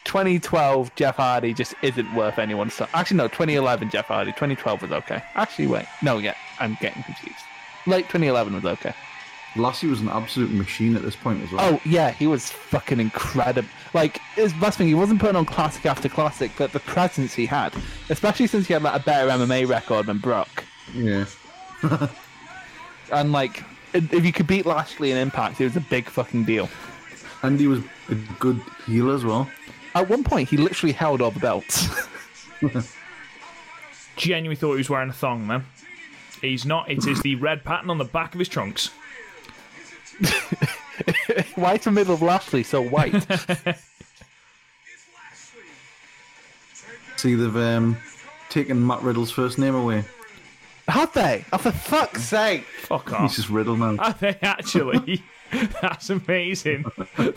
D: 2012 Jeff Hardy just isn't worth anyone's time. Actually, no, 2011 Jeff Hardy. 2012 was okay. Actually, wait. No, yeah, I'm getting confused. Late 2011 was okay.
C: Lassie was an absolute machine at this point as well.
D: Oh, yeah, he was fucking incredible. Like, his last thing, he wasn't putting on classic after classic, but the presence he had, especially since he had like, a better MMA record than Brock.
C: yeah.
D: And, like, if if you could beat Lashley in Impact, it was a big fucking deal.
C: And he was a good healer as well.
D: At one point, he literally held all the belts.
A: Genuinely thought he was wearing a thong, man. He's not. It is the red pattern on the back of his trunks.
D: Why is the middle of Lashley so white?
C: See, they've um, taken Matt Riddle's first name away.
D: Had they? Oh, for fuck's sake!
A: Fuck
C: He's
A: off.
C: just Riddle now.
A: Are they actually? That's amazing.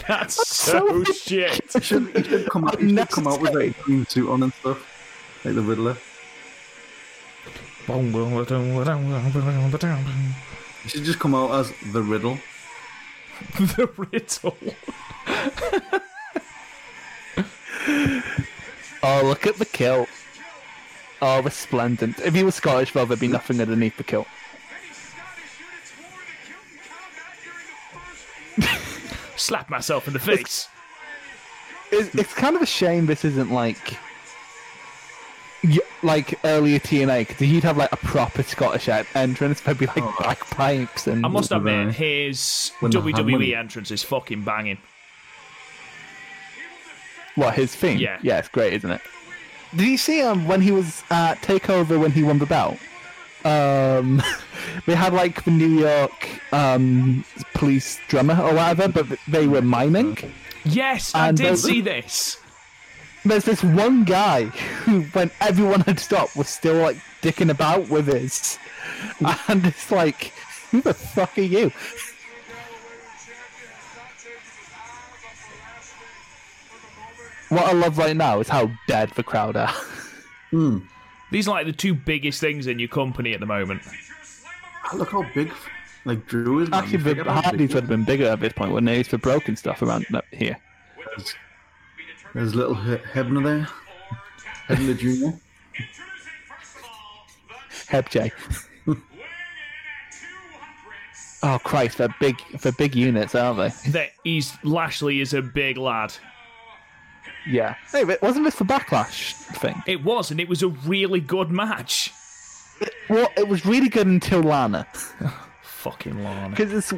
A: That's so shit.
C: He should, he should come out, he should come out with like, a green suit on and stuff, like the Riddler.
A: the
C: He should just come out as the Riddle.
A: riddle.
D: Oh, look at the kilt. Oh, resplendent. If he was Scottish, well, there'd be nothing underneath the kilt.
A: Slap myself in the face.
D: It's, it's kind of a shame this isn't like. y- Like earlier TNA, because he'd have like a proper Scottish en- entrance, maybe like bagpipes and
A: I must admit,
C: Right.
A: his
C: When the
A: WWE
C: harmony-
A: entrance is fucking banging.
D: what his theme.
A: Yeah.
D: yeah, it's great, isn't it? Did you see um when he was at Takeover when he won the belt? Um, they had like the New York um police drummer or whatever, but they were miming.
A: Yes, I
D: And
A: did
D: those-
A: see this.
D: There's this one guy who, when everyone had stopped, was still like dicking about with his, and it's like, who the fuck are you? What I love right now is how dead the crowd are.
A: These are like the two biggest things in your company at the moment.
C: Look how big, like Drew is. man. You
D: Actually,
C: forget
D: the
C: how big
D: Hardys
C: he
D: would have been bigger at this point, wouldn't they? It's the broken stuff around up here.
C: is. There's little He- Hebner there. Hebner Junior.
D: Hebj. Oh Christ, they're big. They're big units, aren't they?
A: That he's Lashley is a big lad.
D: Yeah. Hey, but wasn't this the backlash thing?
A: It was, and it was a really good match.
D: Well, it was really good until Lana,
A: Fucking Lana.
D: because it's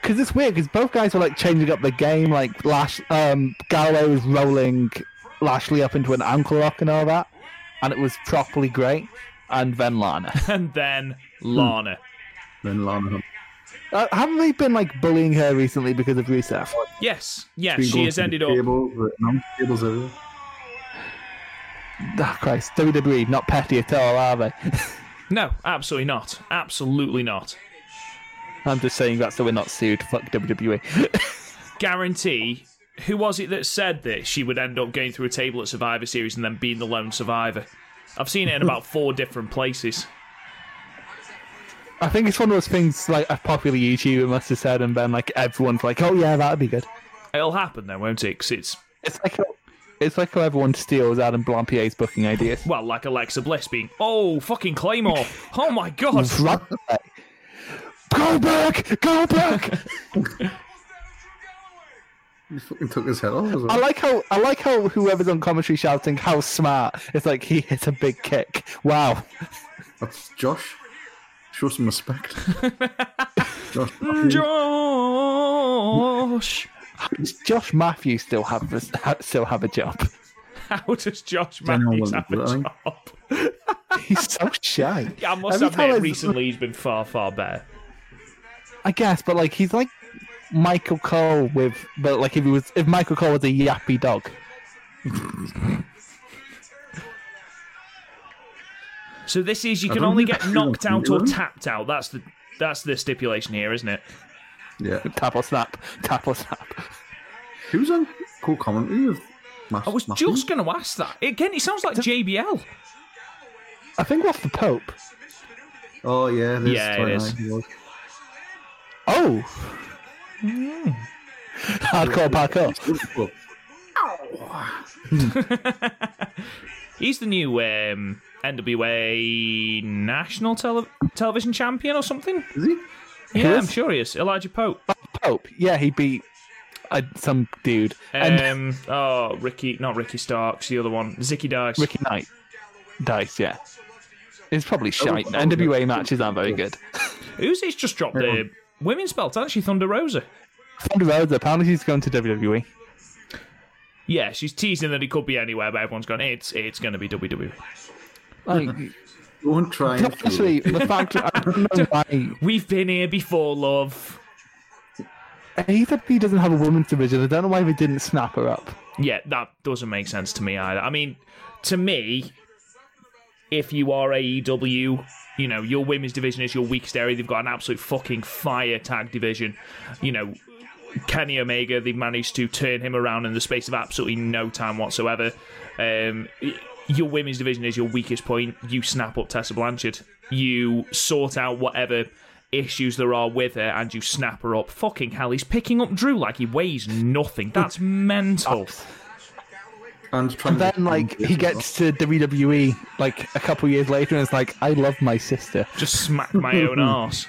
D: because it's weird because both guys were like changing up the game. Like Lash, um, Galloway was rolling Lashley up into an ankle lock and all that, and it was properly great. And then Lana.
A: And then Lana.
C: Then Lana.
D: uh, haven't they been like bullying her recently because of Rusev?
A: Yes, yes, she has ended up.
C: Tables, uh, announce tables everywhere.
D: Ah, Christ, WWE not petty at all, are they?
A: No, absolutely not. Absolutely not.
D: E. I'm just saying that so we're not sued. Fuck WWE.
A: guarantee. Who was it that said that she would end up going through a table at Survivor Series and then being the lone survivor? I've seen it in about four different places.
D: I think it's one of those things like a popular YouTuber must have said, and then like everyone's like, "Oh yeah, that'd be good."
A: It'll happen then, won't it? 'Cause it's
D: It's like how, it's like how everyone steals Adam Blampier's booking ideas.
A: well, like Alexa Bliss being, oh fucking Claymore, oh my god,
D: Right away. Go back, go back.
C: He fucking took his head off as
D: I
C: well.
D: like how I like how whoever's on commentary shouting how smart. It's like he hit a big kick. Wow.
C: That's Josh. Show some respect. Josh.
A: Josh.
D: Does Josh Matthews still have a, ha- still have a job?
A: How does Josh
C: General
A: Matthews have a
C: London,
A: job?
D: He's so shy.
A: I must
D: Every time I-
A: admit, recently he's been far, far better.
D: I guess, but like he's like Michael Cole with, but like if he was if Michael Cole was a yappy dog.
A: So this is you can
C: don't
A: only
C: think
A: get
C: that's
A: knocked
C: true,
A: out or
C: really.
A: tapped out. That's the that's the stipulation here, isn't it?
C: Yeah.
D: Tap or snap, tap or snap.
C: Who's on cool commentary with Mas-
A: I was
C: Matthews?
A: just going to ask that. Again, it sounds like JBL.
D: I think what's the Pope?
C: Oh yeah, it is.
A: Yeah, it is.
C: 29.
D: Oh, Hmm. hardcore parkour.
C: Well,
A: He's the new um, NWA national tele- television champion or something.
C: Is he?
A: Yeah, I'm
D: is?
A: sure he is. Elijah Pope.
D: Pope, yeah, he beat uh, some dude and
A: Um, oh, Ricky, not Ricky Starks, the other one, Zicky Dice.
D: Ricky Knight. Dice, yeah. It's probably shite.
C: oh,
D: NWA matches aren't very good.
A: Who's he's just dropped the women's belt, hasn't she? Thunder Rosa.
D: Thunder Rosa, apparently he's going to E. WWE.
A: Yeah, she's teasing that he could be anywhere, but everyone's gone. It's it's going to be E. WWE.
D: Like,
C: Don't try and fool
D: honestly, the fact I don't know why
A: We've been here before, love.
D: AEW doesn't have a women's division. I don't know why they didn't snap her up.
A: Yeah, that doesn't make sense to me either. I mean, to me, if you are AEW, you know, your women's division is your weakest area. They've got an absolute fucking fire tag division. You know, Kenny Omega, they've managed to turn him around in the space of absolutely no time whatsoever. Um, y- your women's division is your weakest point. You snap up Tessa Blanchard. You sort out whatever issues there are with her and you snap her up. Fucking hell, he's picking up Drew like he weighs nothing. That's mental.
C: And trying to-
D: Then, like, he gets to WWE like a couple years later, and it's like, I love my sister.
A: Just smack my own ass.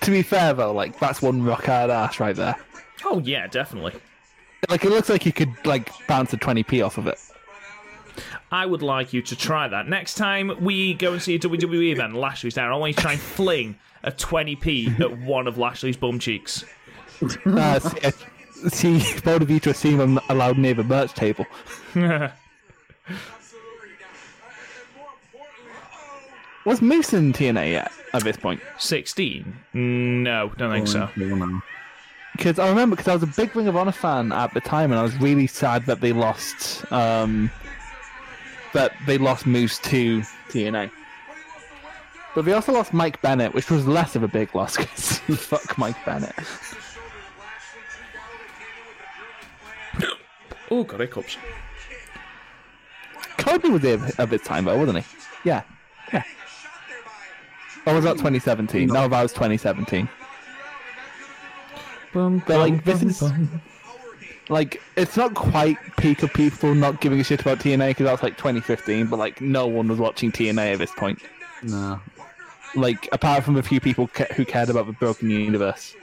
D: To be fair though, like that's one rock hard ass right there.
A: Oh yeah, definitely.
D: Like it looks like you could like bounce a twenty p off of it.
A: I would like you to try that next time we go and see a WWE event. Lashley's there. I want you to try and fling a 20p at one of Lashley's bum cheeks.
D: Uh, see, uh, see, both of you to a seam on allowed near the merch table. Was Moose in TNA yet at this point?
A: 16? No, don't think so.
C: Well, no.
D: Because I remember, because I was a big Ring of Honor fan at the time, and I was really sad that they lost, um, that they lost Moose to TNA. But they also lost Mike Bennett, which was less of a big loss. 'cause fuck Mike Bennett.
A: Oh god, hiccups.
D: Cody was there at this time, though, wasn't he? Yeah, yeah. Or was that 2017? No, that was 2017. But like, this is like it's not quite peak of people not giving a shit about TNA because that was like 2015, but like no one was watching TNA at this point.
C: Nah.
D: Like apart from a few people ca- who cared about the Broken Universe.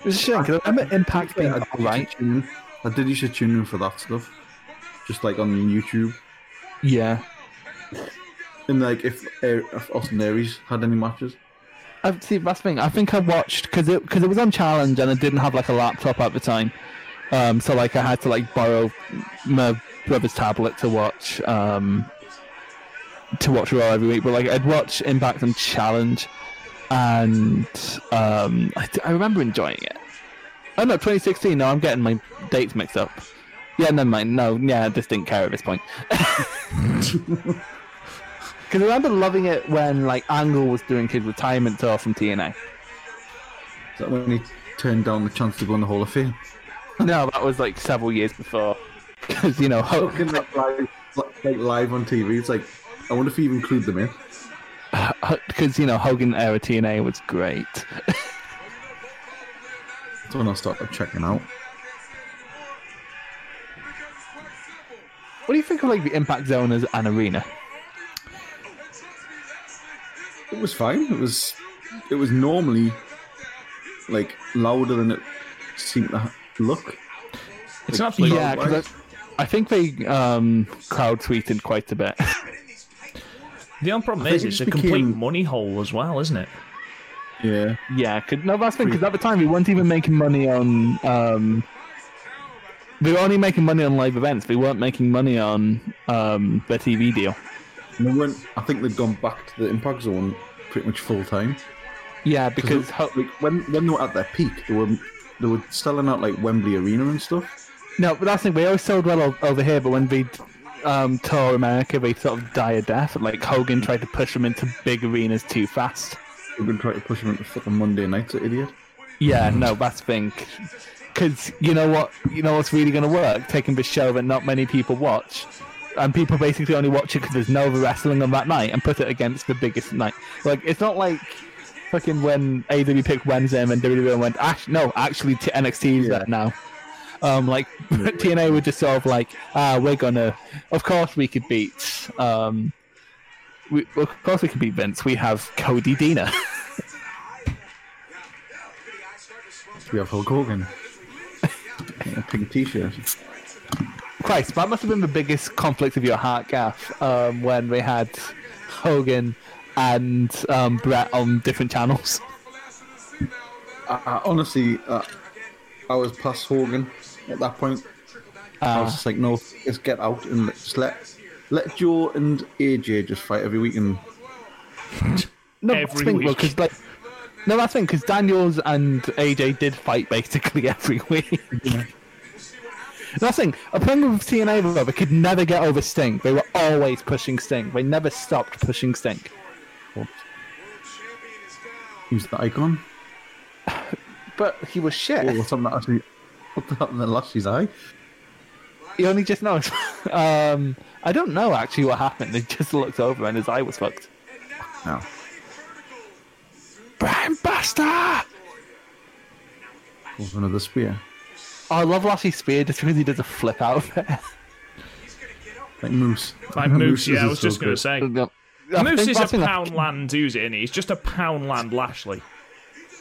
D: It was a shame 'cause I remember Impact being
C: I did
D: alright.
C: used to tune in. I did used to tune in for that stuff, just like on YouTube.
D: Yeah,
C: And like if, Air- if Austin Aries had any matches,
D: I see. That's the thing. I think I watched because it because it was on Challenge and I didn't have like a laptop at the time, um, so like I had to like borrow my brother's tablet to watch um, to watch Raw every week. But like I'd watch Impact and Challenge, and um, I, I remember enjoying it. Oh no, 2016. No, I'm getting my dates mixed up. Yeah, never mind. No, yeah, I just didn't care at this point. Because I remember loving it when like Angle was doing his retirement tour from TNA.
C: is that when he turned down the chance to go in the Hall of Fame.
D: No, that was like several years before. Because, you know,
C: Fucking
D: Hogan,
C: like live, like live on TV. It's like, I wonder if you even include them in.
D: because, you know, Hogan era TNA was great.
C: That's when I started checking out.
D: What do you think of like the Impact Zone as an arena?
C: It was fine. It was, it was normally like louder than it seemed to ha- look.
A: It's an absolute
D: yeah, 'cause I, I think they um, crowd tweeted quite a bit.
A: The only problem
C: I
A: is
C: think it
A: it's a
C: just
A: complete
C: became-
A: money hole as well, isn't it?
C: Yeah.
D: Yeah, could no, that's the thing. Because at the time, we weren't even making money on. Um, we were only making money on live events. We weren't making money on um, their TV deal.
C: And they weren't, I think they'd gone back to the impact zone pretty much full time.
D: Yeah, because Ho-
C: Like when when they were at their peak, they were they were selling out like Wembley Arena and stuff.
D: no, but that's the thing. We always sold well o- over here, but when we um, tour America, we sort of die a death. Like Hogan tried to push them into big arenas too fast.
C: They've been trying to push them into fucking Monday nights, that idiot.
D: Yeah, no, that's the thing. Because you know what, you know what's really going to work. Taking the show that not many people watch, and people basically only watch it because there's no other wrestling on that night, and put it against the biggest night. Like it's not like fucking when AW picked Wednesday and then WWE went, Ash, no, actually t- NXT is
C: Yeah.
D: that now. Um, like TNA were just sort of like, ah, we're gonna, of course we could beat, um, we, of course we could beat Vince. We have Cody Dina.
C: We have Hulk Hogan. A pink T-shirt.
D: Christ, that must have been the biggest conflict of your heart, Gaff, um, when we had Hogan and um, Brett on different channels.
C: I, I, honestly, uh, I was past Hogan at that point. I was just like, no, just get out and let- just let let Joe and AJ just fight every week. And
D: No,
A: Every
D: I think,
A: week.
D: Because, like, no, I think because Daniels and AJ did fight basically every week. No, I think a problem with TNA though, they could never get over Sting. They were always pushing Sting. They never stopped pushing Sting.
C: who's the icon?
D: But he was shit.
C: Oh, what's happened to actually? What happened to Lashley's eye?
D: He only just knows. um, I don't know actually what happened. They just looked over and his eye was fucked.
C: No.
D: Brian Buster!
C: Was another spear.
D: Oh, I love Lashley Spear just because he does a flip out of it.
C: Like Moose.
A: Like Moose, yeah, I
C: is
A: was
C: so
A: just going to
C: good.
A: say.
D: I
A: Moose
D: think
A: is a
D: that's been
A: Poundland dude, isn't he? He's just a Poundland Lashley.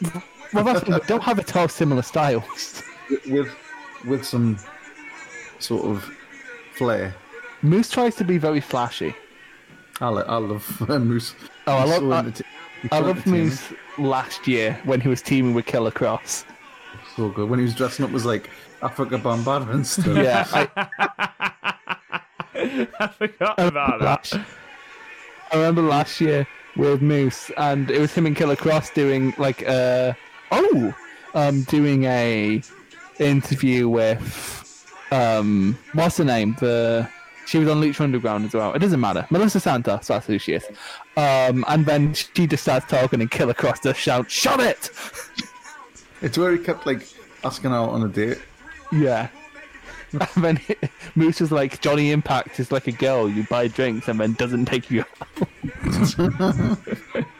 D: Well, that's they don't have at all similar styles.
C: with with some sort of flair.
D: Moose tries to be very flashy.
C: I, li- I love uh, Moose.
D: Oh, I
C: He's
D: love- I-
C: enter- he's
D: I
C: so
D: love
C: entertaining.
D: Moose last year when he was teaming with Killer Cross.
C: So good when he was dressing up as like Africa Bombard and stuff.
D: Yeah, I,
A: I forgot about that.
D: last- I remember last year with Moose, and it was him and Killer Cross doing like uh oh, um, doing a interview with um, what's her name? The she was on Lucha Underground as well. It doesn't matter. Melissa Santos, that's who she is. Um, and then she just starts talking, and Killer Cross just shouts, "Shut it!"
C: It's where he kept like asking out on a date.
D: Yeah. And then Moose is like, Johnny Impact is like a girl. You buy drinks and then doesn't take you. out."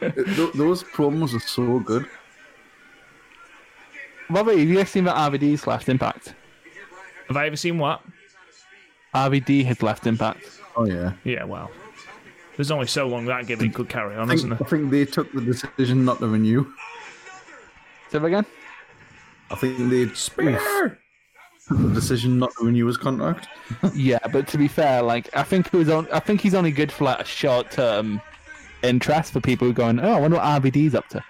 C: It- tho- those promos are so good.
D: Robbie, have you ever seen that RVD's left Impact?
A: Have I ever seen what?
D: RVD has left Impact.
C: Oh yeah.
A: Yeah, well, there's only so long that gimmick could carry on,
C: I
A: isn't
C: think, I
A: there?
C: think they took the decision not to renew.
D: Say that again?
C: I think they Spear! took the decision not to renew his contract.
D: yeah, but to be fair, like I think it was on. I think he's only good for like a short term interest for people who are going. Oh, I wonder what RVD's up to.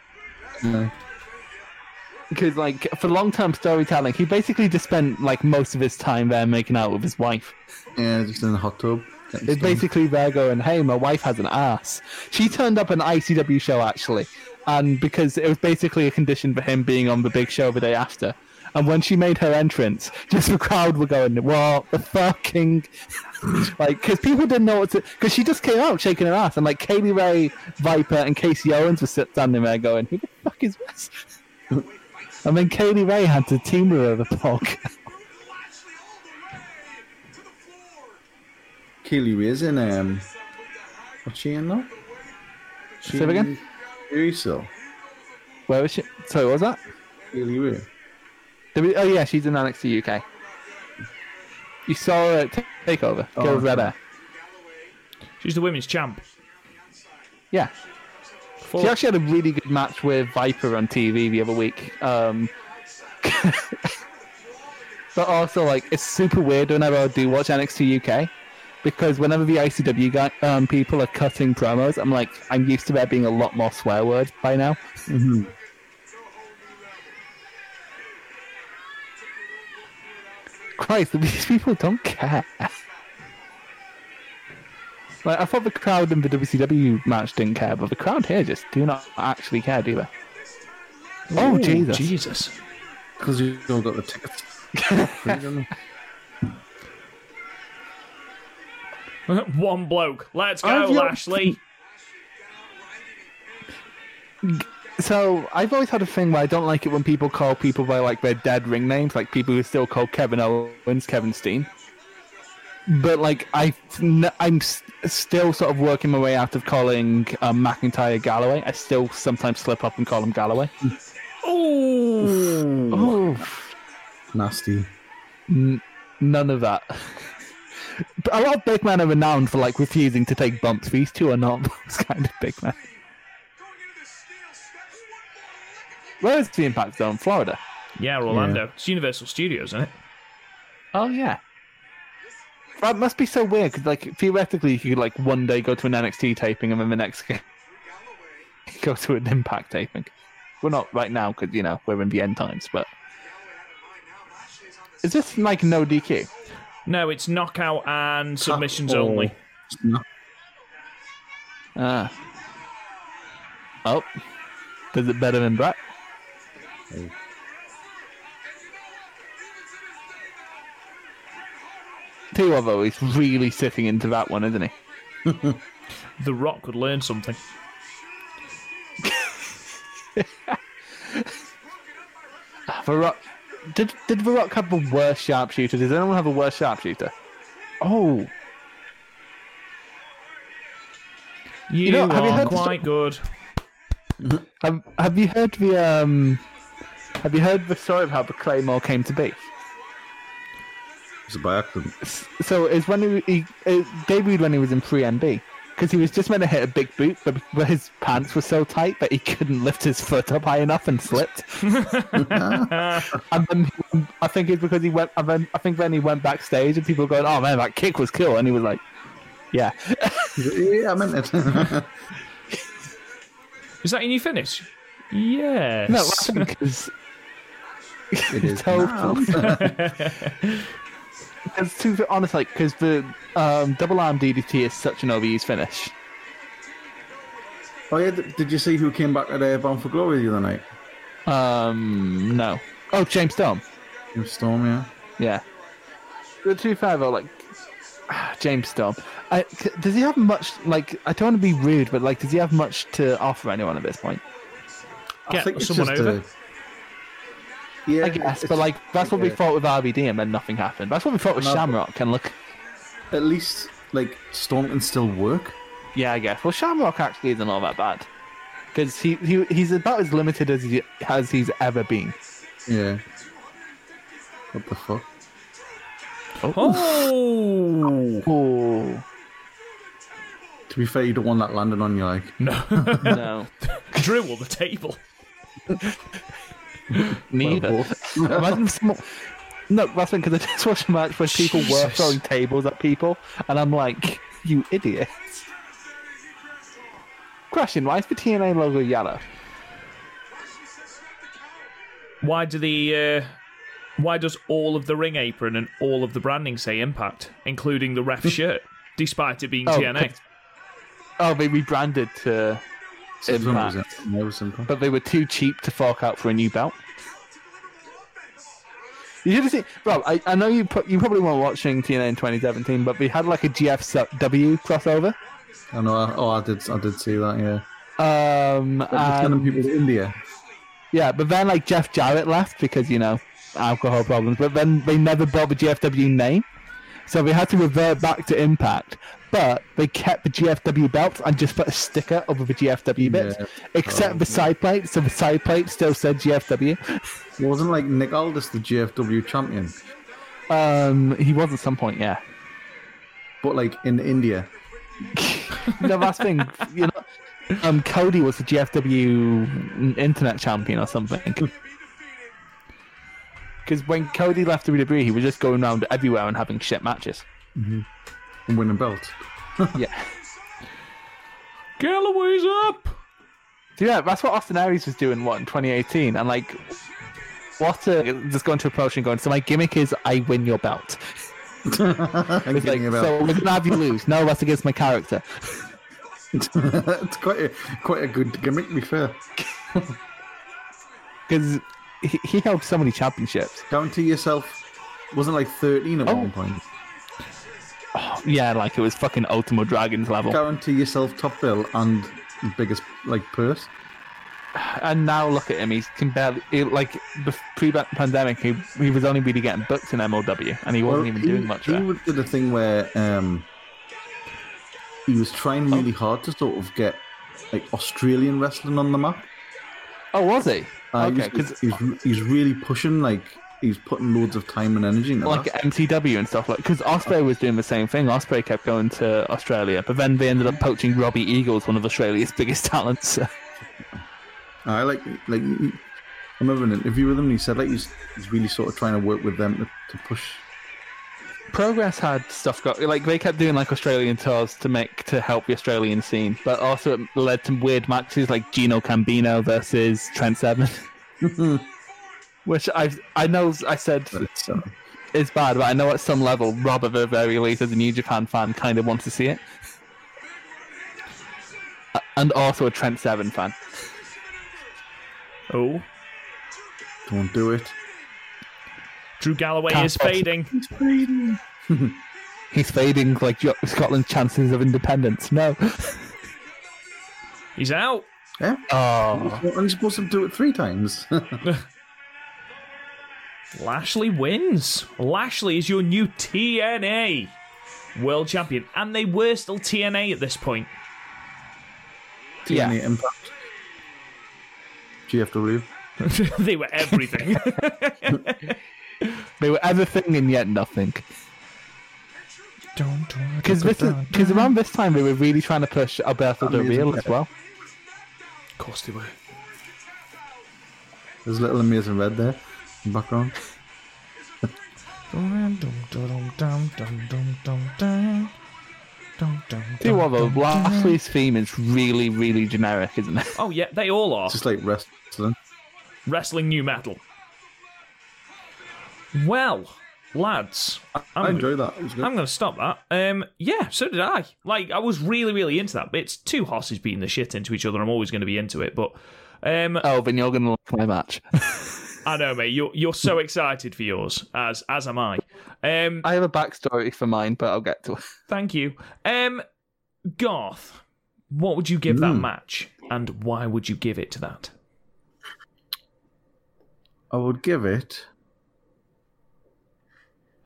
C: Yeah.
D: Because like for long term storytelling, he basically just spent like most of his time there making out with his wife.
C: Yeah, just in the hot tub. getting
D: It's
C: stoned.
D: basically they're going, hey, my wife has an ass. She turned up an ICW show actually, and because it was basically a condition for him being on the big show the day after. And when she made her entrance, just the crowd were going, what the fucking. like, because people didn't know what to. Because she just came out shaking her ass, and like Kaylee Ray, Viper, and Casey Owens were sit- standing there going, who the fuck is this? And then Kaylee Ray had to team her over Pog.
E: Brutal Lashley all the way to the floor.
C: Keely Ray's in. Um, what's she in now?
D: Say it again?
C: Uso.
D: Where was she? Sorry, what was that?
C: Keely Ray.
D: Did we- oh, yeah, she's in NXT UK. You saw her at Takeover. Girl with red hair.
A: She's the women's champ.
D: Yeah.
A: Fuck.
D: She actually had a really good match with Viper on TV the other week. Um, but also, like, it's super weird whenever I do watch NXT UK because whenever the ICW guy, um, people are cutting promos, I'm like, I'm used to there being a lot more swear words by now. Christ, these people don't care. Like, I thought the crowd in the WCW match didn't care, but the crowd here just do not actually care, do they? Oh, Jesus.
A: Jesus.
C: Because you all got the tickets. Free, don't you?
A: One bloke. Let's go,
D: Have you-
A: Lashley.
D: So I've always had a thing where I don't like it when people call people by like their dead ring names, like people who still call Kevin Owens Kevin Steen. But like I, I'm s- still sort of working my way out of calling um, McIntyre Galloway. I still sometimes slip up and call him Galloway.
A: Oh,
D: Oh,
C: Nasty.
D: none of that. But a lot of big men are renowned for like refusing to take bumps. These two are not those kind of big men.
E: Going into the steel steps, one more lick if you
D: Where is the Impact Zone? Florida.
A: yeah, Orlando. It's Universal Studios, isn't it?
D: Oh yeah. That must be so weird because, like, theoretically, you could like one day go to an NXT taping and then the next day go to an Impact taping. We're not right now because you know we're in the end times. But is this like no DQ?
A: No, it's knockout and submissions
C: Oh.
A: only.
D: Ah. Oh, does it better than Brett? Two of though is really sitting into that one, isn't he?
A: The Rock could learn something.
D: The Rock. Did did The Rock have the worst sharpshooter? Does anyone have a worse sharpshooter? Oh,
A: You,
D: know, have you
A: are
D: heard the
A: quite good.
D: have have you heard the um? Have you heard the story of how the Claymore came to be?
C: It's a by accident.
D: S- So it's when he, he it debuted when he was in free MB because he was just meant to hit a big boot, but, but his pants were so tight that he couldn't lift his foot up high enough and slipped. and then he- I think it's because he went. And then I think then he went backstage and people were going, "Oh man, that kick was cool," and he was like, "Yeah."
C: Yeah, I meant it.
A: Is that your new finish? Yes.
D: No, I think it's
C: it is.
D: total. Because to be honest, like, because the um, double arm DDT is such an overused finish.
C: Oh, yeah. Did did you see who came back at uh, Bound for Glory the other night?
D: Um, no. Oh, James Storm.
C: Jim Storm, yeah.
D: Yeah. The two five are like ah, James Storm. I, c- does he have much? Like, I don't want to be rude, but like, does he have much to offer anyone at this point?
A: Get someone
C: just
A: over.
C: a- yeah,
D: I guess,
C: it's-
D: but like, that's what we
C: yeah.
D: thought with RVD, and then nothing happened. That's what we thought with
C: Nothing.
D: Shamrock. And look,
C: at least like Storm can still work.
D: Yeah, I guess. Well, Shamrock actually isn't all that bad because he, he he's about as limited as he as he's ever been.
C: Yeah. What the fuck?
A: Oh
D: Oh
C: To be fair, you don't want that landing on you, like.
A: no!
D: no,
A: Drew on the table.
D: neither. Imagine if someone- No, that's because I just watched a match where people were
A: Jesus.
D: throwing tables at people, and I'm like, you idiot. Question: Why is the TNA logo yellow?
A: Why do the uh, why does all of the ring apron and all of the branding say Impact, including the ref shirt, despite it being
D: Oh,
A: TNA?
D: 'cause- Oh, they rebranded to Impact,
C: That was simple.
D: but they were too cheap to fork out for a new belt. You should have seen, Rob. I, I know you put, you probably weren't watching TNA in 2017, but we had like a GFW crossover.
C: I know. I, oh, I did. I did see that. Yeah.
D: Um,
C: Just
D: and-
C: sending people to India.
D: Yeah, but then like Jeff Jarrett left because you know alcohol problems. But then they never bought the GFW name, so they had to revert back to Impact. But they kept the GFW belt and just put a sticker over the GFW bits,
C: Yeah.
D: except the side plate. So the side plate still said GFW.
C: It wasn't like Nick Aldis, the GFW champion,
D: Um, he was at some point, yeah.
C: but like in India.
D: No, that's the thing. You know, um, Cody was the GFW internet champion or something. Because when Cody left WWE, he was just going around everywhere and having shit matches.
C: and win a belt.
D: Yeah.
A: Galloway's up.
D: So yeah, that's what Austin Aries was doing, what, in 2018? And like, what a, just going to a promotion going, so my gimmick is I win your belt.
C: And
D: It's like,
C: getting a belt.
D: so we're going to have you lose. No, that's against my character.
C: it's quite a quite a good gimmick, to be fair.
D: Because he, he held so many championships.
C: Guarantee yourself wasn't like thirteen at
D: Oh.
C: one point.
D: Yeah, like it was fucking Ultimo Dragons level.
C: Guarantee yourself top bill and biggest like purse.
D: and now look at him. He can barely he, like bef- pre-pandemic. He he was only really getting booked in MLW, and he wasn't even
C: he,
D: doing much.
C: He
D: there.
C: would- did a thing where um, he was trying really
D: Oh.
C: hard to sort of get like Australian wrestling on the map.
D: oh, was he?
C: Uh,
D: okay,
C: he's,
D: because
C: he's, he's really pushing like he's putting loads of time and energy into
D: like
C: that.
D: MTW and stuff like because Osprey was doing the same thing. Osprey kept going to Australia, but then they ended up poaching Robbie Eagles, one of Australia's biggest talents. uh,
C: I like like I remember an interview with him. and He said like he's, he's really sort of trying to work with them to, to push.
D: Progress had stuff got like they kept doing like Australian tours to make to help the Australian scene, but also it led to weird matches like Gino Cambino versus Trent Seven, which I I know I said
C: But it's, uh,
D: is bad, but I know at some level Rob at the very least as a New Japan fan kind of wants to see it, A- and also a Trent Seven fan.
A: Oh,
C: don't do it.
A: Drew Galloway
D: Can't
A: is
D: pass.
A: fading.
D: He's fading like Jo- Scotland's chances of independence. No,
A: He's out.
C: Yeah,
D: oh,
C: and he's supposed to do it three times.
A: Lashley wins. Lashley is your new TNA world champion, and they were still TNA at this point.
D: Yeah.
C: TNA Impact. GFW.
A: they were everything.
D: they were everything and yet nothing.
A: Don't
D: Because this because around this time they were really trying to push Alberto Del
C: Amazing.
D: Real as well.
A: Of course they were.
C: There's a little amazing red there in the background.
D: Do although Lashley's theme is really really generic, isn't it?
A: Oh yeah, they all are.
C: It's just like wrestling.
A: Wrestling new metal. Well, lads,
C: I
A: I'm,
C: enjoy that. It was good.
A: I'm going to stop that. Um, yeah, so did I. Like, I was really, really into that. But it's two horses beating the shit into each other. I'm always going to be into it. But um,
D: Oh, then you're gonna like my match.
A: I know, mate. You're you're so excited for yours, as as am I. Um,
D: I have a backstory for mine, but I'll get to it.
A: thank you. Um, Garth, what would you give that
C: Mm.
A: match, and why would you give it to that?
C: I would give it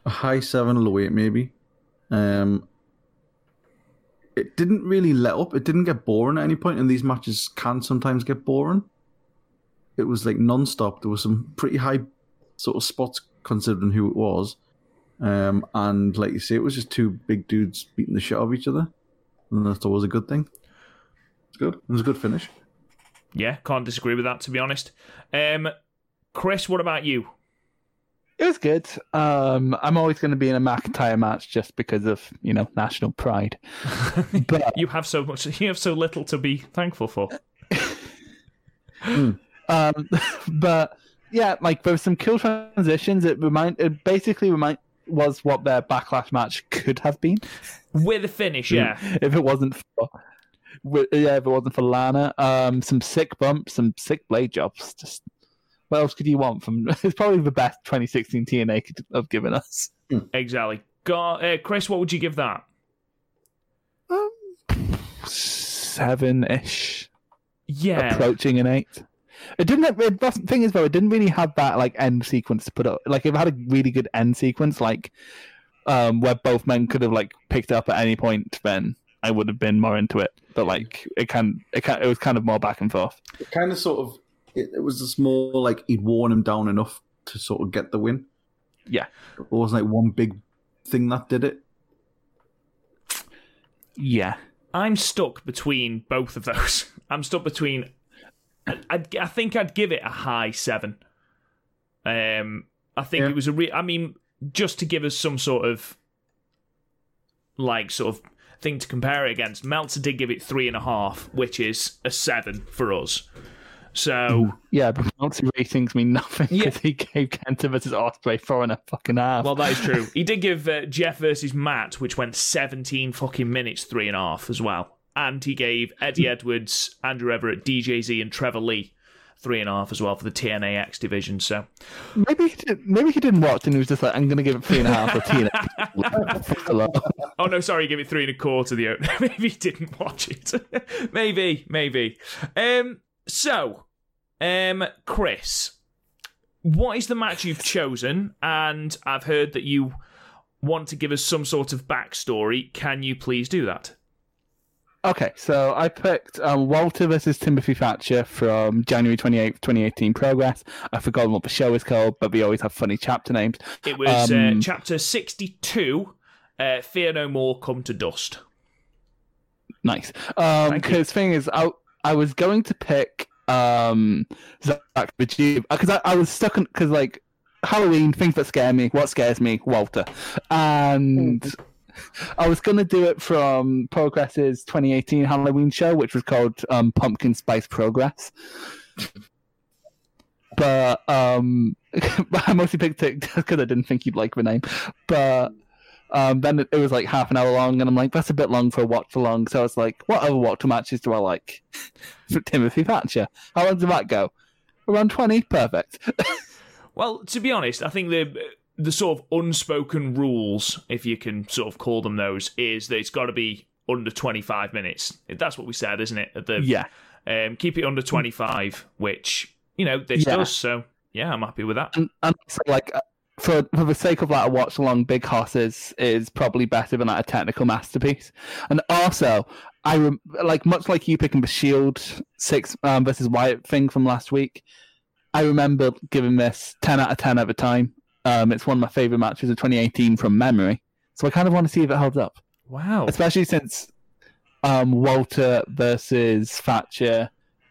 C: a high seven, low eight, maybe. Um, it didn't really let up. It didn't get boring at any point, and these matches can sometimes get boring. It was like non-stop. There were some pretty high sort of spots considering who it was, um, and like you say, it was just two big dudes beating the shit out of each other, and that's always a good thing. It's good. It was a good finish.
A: Yeah, can't disagree with that. To be honest, um, Chris, what about you?
D: It was good. Um, I'm always going to be in a McIntyre match just because of you know national pride. but
A: You have so much. You have so little to be thankful for.
D: um, but yeah, like there were some cool transitions. It remind it basically remind was what their backlash match could have been
A: With the finish, yeah.
D: if it wasn't for wi- yeah if it wasn't for Lana. Um, some sick bumps, some sick blade jobs. Just what else could you want from? It's probably the best 2016 TNA could have given us.
A: Exactly. Gar- uh, Chris, what would you give that?
D: Seven ish,
A: Yeah.
D: approaching an eight. It didn't. Have, it wasn't, thing is, though, it didn't really have that like end sequence to put up. Like, if it had a really good end sequence, like um, where both men could have like picked up at any point, then I would have been more into it. But like, it can, it can, it was kind of more back and forth.
C: It kind of sort of it, it was just more like he'd worn him down enough to sort of get the win.
D: Yeah.
C: It wasn't like one big thing that did it.
D: Yeah,
A: I'm stuck between both of those. I'm stuck between. I'd, I think I'd give it a high seven. Um, I think
C: Yeah.
A: it was a re- I mean, just to give us some sort of like sort of thing to compare it against. Meltzer did give it three and a half, which is a seven for us. So
D: yeah. But Nazi ratings mean nothing
A: Yeah.
D: because he gave Kenta versus Osprey four and a fucking half.
A: well, that is true. He did give uh, Jeff versus Matt, which went 17 fucking minutes, three and a half as well. And he gave Eddie Edwards, Andrew Everett, DJZ, and Trevor Lee three and a half as well for the TNAX division. So
D: Maybe he did, maybe he didn't watch and he was just like, I'm gonna give it three and a half or TNA. Fuck a lot.
A: Oh no, sorry, give it three and a quarter. The opener. maybe he didn't watch it. maybe, maybe. Um, so, um, Chris, what is the match you've chosen? And I've heard that you want to give us some sort of backstory. Can you please do that?
D: Okay, so I picked um, Walter versus Timothy Thatcher from January 28th, 2018 Progress. I've forgotten what the show is called, but we always have funny chapter names.
A: It was uh,
D: Um,
A: chapter sixty-two. Uh, Fear no more, come to dust.
D: Nice. Um,
A: Thank you.
D: because thing is, I I was going to pick um Zach Vajib because uh, I, I was stuck on because like Halloween things that scare me. What scares me, Walter, and.
A: Mm.
D: I was gonna do it from Progress's 2018 Halloween show, which was called um, Pumpkin Spice Progress. But um, I mostly picked it because I didn't think you'd like the name. But um, then it, it was like half an hour long, and I'm like, that's a bit long for a watch along. So I was like, what other watch matches do I like? Timothy Thatcher. How long did that go? Around 20? Perfect.
A: Well, to be honest, I think the the sort of unspoken rules, if you can sort of call them those, is that it's got to be under 25 minutes. That's what we said, isn't it? At the
D: yeah. Mm.
A: um, keep it under 25, which you know this
D: Yeah.
A: does. So yeah, I'm happy with that.
D: And, and also, like, uh, for, for the sake of that watch along, Big Horses is probably better than like, a technical masterpiece. And also, I rem- like, much like you picking the Shield 6 um, versus Wyatt thing from last week, I remember giving this 10 out of 10 at the time. Um, it's one of my favorite matches of 2018 from memory. So I kind of want to see if it holds up
A: Wow.
D: especially since um, Walter versus Thatcher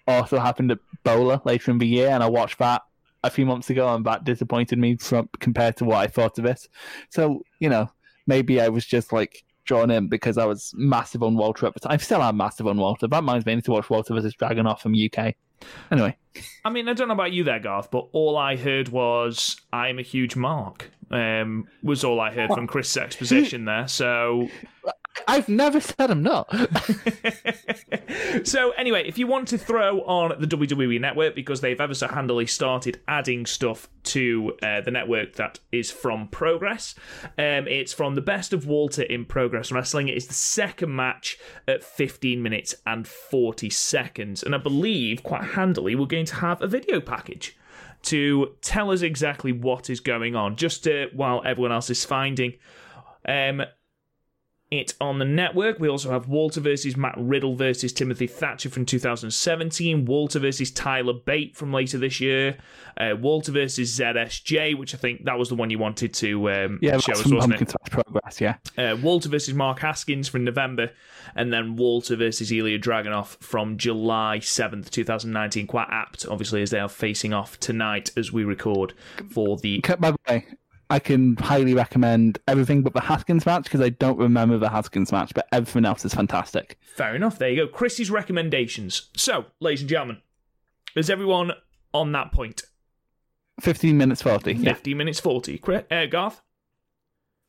D: also happened at Bowler later in the year, and I watched that a few months ago, and that disappointed me from compared to what I thought of it. So you know, maybe I was just like drawn in because I was massive on Walter at the time. I still am massive on Walter. That reminds me I need to watch Walter versus Dragonoff from UK. Anyway,
A: I mean, I don't know about you there, Garth, but all I heard was "I'm a huge mark." Um, was all I heard from Chris's exposition there. So
D: I've never said I'm not.
A: so anyway, if you want to throw on the WWE network because they've ever so handily started adding stuff to uh, the network that is from Progress, um, it's from the Best of Walter in Progress Wrestling. It is the second match at 15 minutes and 40 seconds, and I believe quite handily we're going to have a video package to tell us exactly what is going on. Just uh, while everyone else is finding. Um, it on the network. We also have Walter versus Matt Riddle versus Timothy Thatcher from 2017, Walter versus Tyler Bate from later this year, uh, Walter versus ZSJ, which I think that was the one you wanted to um,
D: Yeah,
A: show
D: that's
A: us,
D: from
A: wasn't
D: Pumpkin
A: it?
D: Spice Progress. Yeah,
A: Uh, Walter versus Mark Haskins from November, and then Walter versus Ilya Dragunov from July 7th, 2019. Quite apt, obviously, as they are facing off tonight as we record for the
D: Okay, by the way, I can highly recommend everything but the Haskins match because I don't remember the Haskins match, but everything else is fantastic.
A: Fair enough. There you go. Chris's recommendations. So, ladies and gentlemen, is everyone on that point?
D: 15 minutes 40. Yeah.
A: 15 minutes 40. Chris, uh, Garth,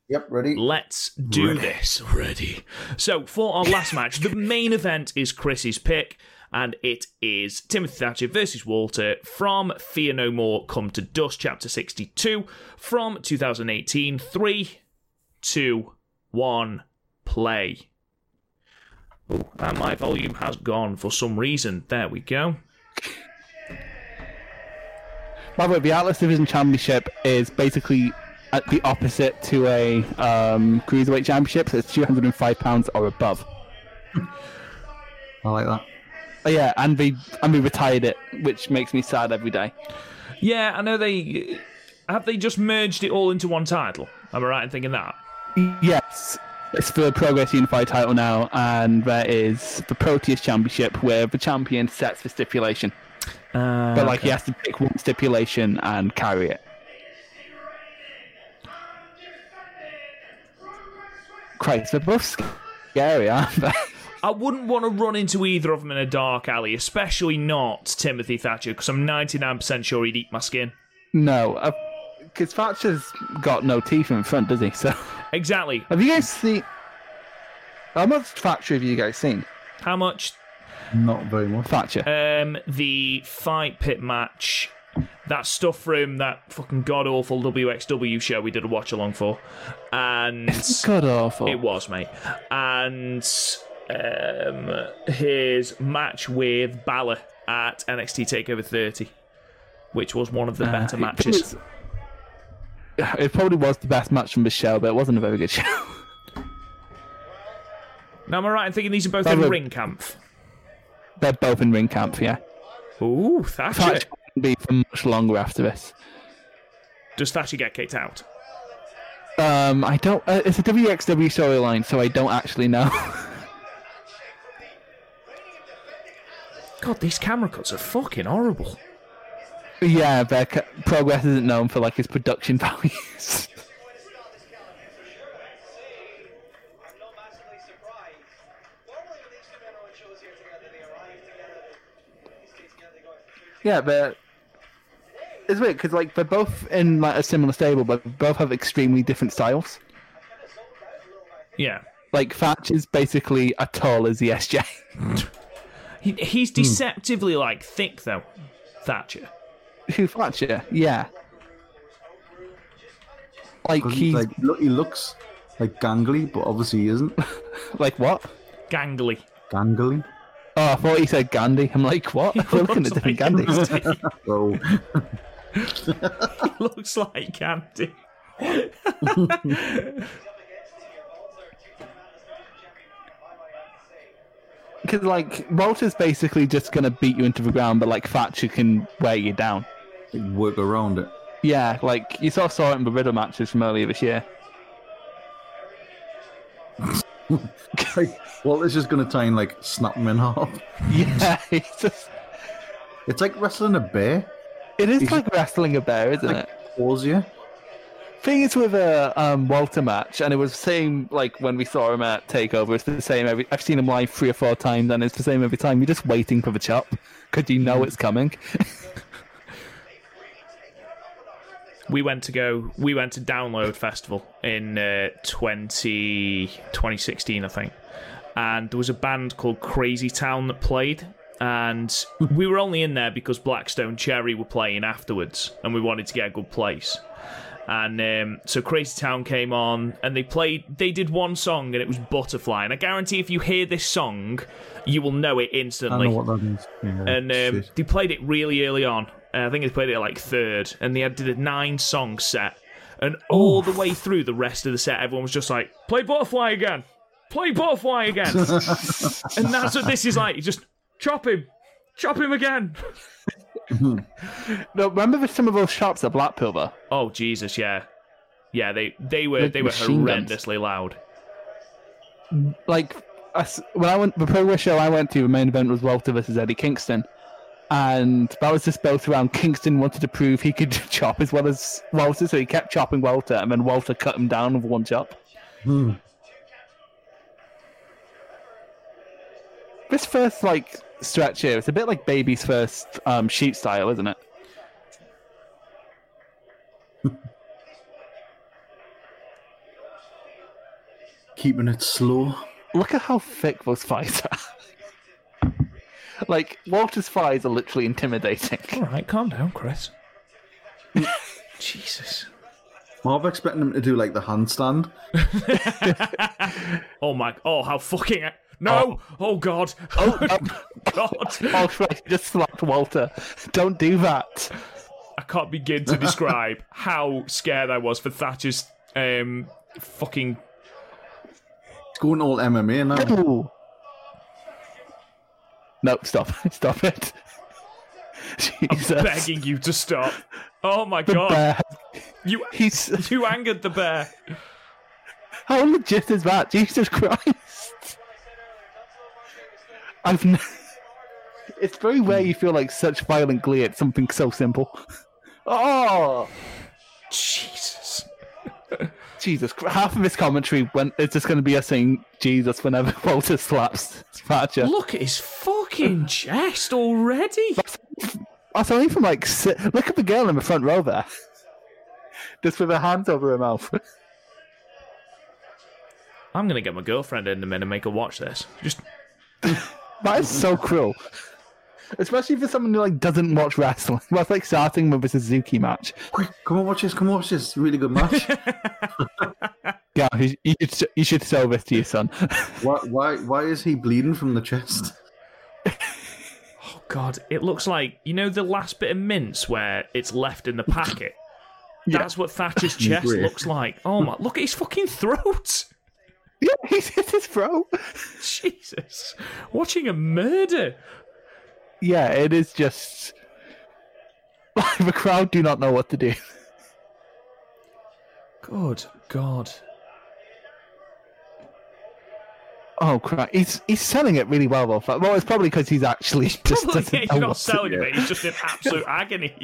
C: Yep, ready?
A: let's do
C: Ready.
A: this. Ready. So, for our last match, the main event is Chris's pick, and it is Timothy Thatcher versus Walter from Fear No More Come to Dust, Chapter 62, from 2018. Three, two, one, play. Oh, and my volume has gone for some reason. There we go.
D: By the way, the Atlas Division Championship is basically at the opposite to a um, cruiserweight championship. So it's 205 pounds or above.
C: I like that.
D: Oh, yeah, and they and they retired it, which makes me sad every day.
A: Yeah, I know they have they just merged it all into one title. Am I right in thinking that?
D: Yes, it's the Progress Unified title now, and there is the Proteus Championship where the champion sets the stipulation.
A: Uh,
D: But like he has to pick one stipulation and carry it. Christ, they're both scary, aren't they?
A: I wouldn't want to run into either of them in a dark alley, especially not Timothy Thatcher, because I'm 99% sure he'd eat my skin.
D: no, because Thatcher's got no teeth in front, does he? So
A: Exactly.
D: have you guys seen? How much Thatcher have you guys seen?
A: How much?
C: Not very much.
D: Thatcher.
A: Um, the fight pit match, that stuff room, that fucking god awful WXW show we did a watch along for, and
D: God awful.
A: it was mate, and um, his match with Balor at NXT Takeover 30, which was one of the better
D: Uh, it
A: matches.
D: was- It probably was the best match from the show, but it wasn't a very good show.
A: Now am I right in thinking these are both
D: That
A: in
D: was-
A: ring camp?
D: They're both in ring camp, yeah.
A: Ooh, Thatcher.
D: Thatcher won't be for much longer after this.
A: Does Thatcher get kicked out?
D: Um, I don't. Uh, it's a WXW storyline, so I don't actually know.
A: God, these camera cuts are fucking horrible.
D: yeah, but c- Progress isn't known for like his production values.
F: I'm not massively surprised. Normally when these two men are on shows here together, they arrive together, they stay together, they go out for food
D: yeah, but it's weird because like they're both in like a similar stable, but they both have extremely different styles.
A: Yeah.
D: Like Thatcher's basically a tall as the SJ.
A: He,
D: Hmm.
A: he's deceptively, like, thick, though, Thatcher.
D: Who Thatcher? Yeah. Like
C: 'Cause
D: he's
C: like, look, he looks like gangly, but obviously he isn't.
D: like what?
A: Gangly.
C: gangly.
D: Oh, I thought he said Gandhi. I'm like, what? We're looking
A: Looks
D: at different
A: like-
D: Gandhis.
C: So
A: Looks like Gandhi.
F: against Tier Walter, two-time Atlas Division champion. My, my, I have to say.
D: Because like Walter's basically just gonna beat you into the ground, but like Thatcher can wear you down.
C: like, work around it.
D: Yeah, like you sort of saw it in the Riddle matches from earlier this year.
C: Like, well, it's just gonna try and like snap him in half.
D: Yeah, it's just
C: It's like wrestling a bear.
D: it is like wrestling a bear, isn't
C: Like
D: it?
C: claws you.
D: Thing is with a um, Walter match, and it was the same like when we saw him at Takeover. It's the same every. I've seen him live three or four times, and it's the same every time. You're just waiting for the chop because you know it's coming.
A: We went to go, we went to Download Festival in uh, 20, 2016, I think. And there was a band called Crazy Town that played. And we were only in there because Blackstone Cherry were playing afterwards. And we wanted to get a good place. and um, so Crazy Town came on, and they played. They did one song, and it was Butterfly. And I guarantee, if you hear this song, you will know it
C: I
A: instantly.
C: know what that means. Yeah,
A: and um,
C: shit.
A: they played it really early on. Uh, I think they played it at, like third, and they had did a nine song set. And all the way through the rest of the set, everyone was just like, "Play Butterfly again, play Butterfly again," and that's what this is like. You just chop him, chop him again.
D: No, remember the, some of those shops at Blackpool though.
A: Oh Jesus, yeah, yeah. They they were
D: Like
A: they were
D: machine guns.
A: horrendously loud.
D: like us, when I went the progress show I went to, the main event was Walter versus Eddie Kingston, and that was just both around. Kingston wanted to prove he could chop as well as Walter, so he kept chopping Walter, and then Walter cut him down with one chop. This first like stretch here, it's a bit like Baby's first um, sheep style, isn't it?
C: keeping it slow.
D: Look at how thick those thighs are. like Walter's thighs are literally intimidating.
A: All right, calm down, Chris. Jesus.
C: Well, I'm expecting him to do like the handstand.
A: Oh my. Oh, how fucking. No. Oh, God.
D: Oh,
A: God.
D: Oh, right, just slapped Walter. Don't do that.
A: I can't begin to describe how scared I was for Thatcher's um, fucking.
C: It's going all MMA now.
D: No. No, stop. Stop it. Jesus.
A: begging you to stop. Oh my
D: the
A: god.
D: bear.
A: You
D: He's
A: you angered the bear.
D: how legit is that? Jesus Christ. I've n- It's very rare you feel like such violent glee at something so simple. Oh,
A: Jesus.
D: Jesus! Christ. Half of his commentary when it's just going to be us saying Jesus whenever Walter slaps Thatcher.
A: Look at his fucking chest already.
D: That's only from like si- look at the girl in the front row there, just with her hands over her mouth.
A: I'm gonna get my girlfriend in a minute and make her watch this. Just
D: That is so cruel. Especially for someone who like doesn't watch wrestling. That's like starting with a Suzuki match.
C: Quick, come on, watch this. Come on, watch this. Really good match.
D: Yeah, you you should s- you should sell this to your son.
C: why, why, why is he bleeding from the chest?
A: oh god, it looks like you know the last bit of mince where it's left in the packet. That's what Thatcher's chest
C: Agree.
A: looks like. Oh my! Look at his fucking throat.
D: yeah, he's hit his throat.
A: Jesus, watching a murder.
D: Yeah, it is just the crowd do not know what to do.
A: Good God.
D: Oh crap! He's he's selling it really well though. Well, it's probably because he's actually just
A: Probably
D: doesn't know
A: he's
D: what
A: not
D: to
A: selling
D: do.
A: it. He's just in absolute agony.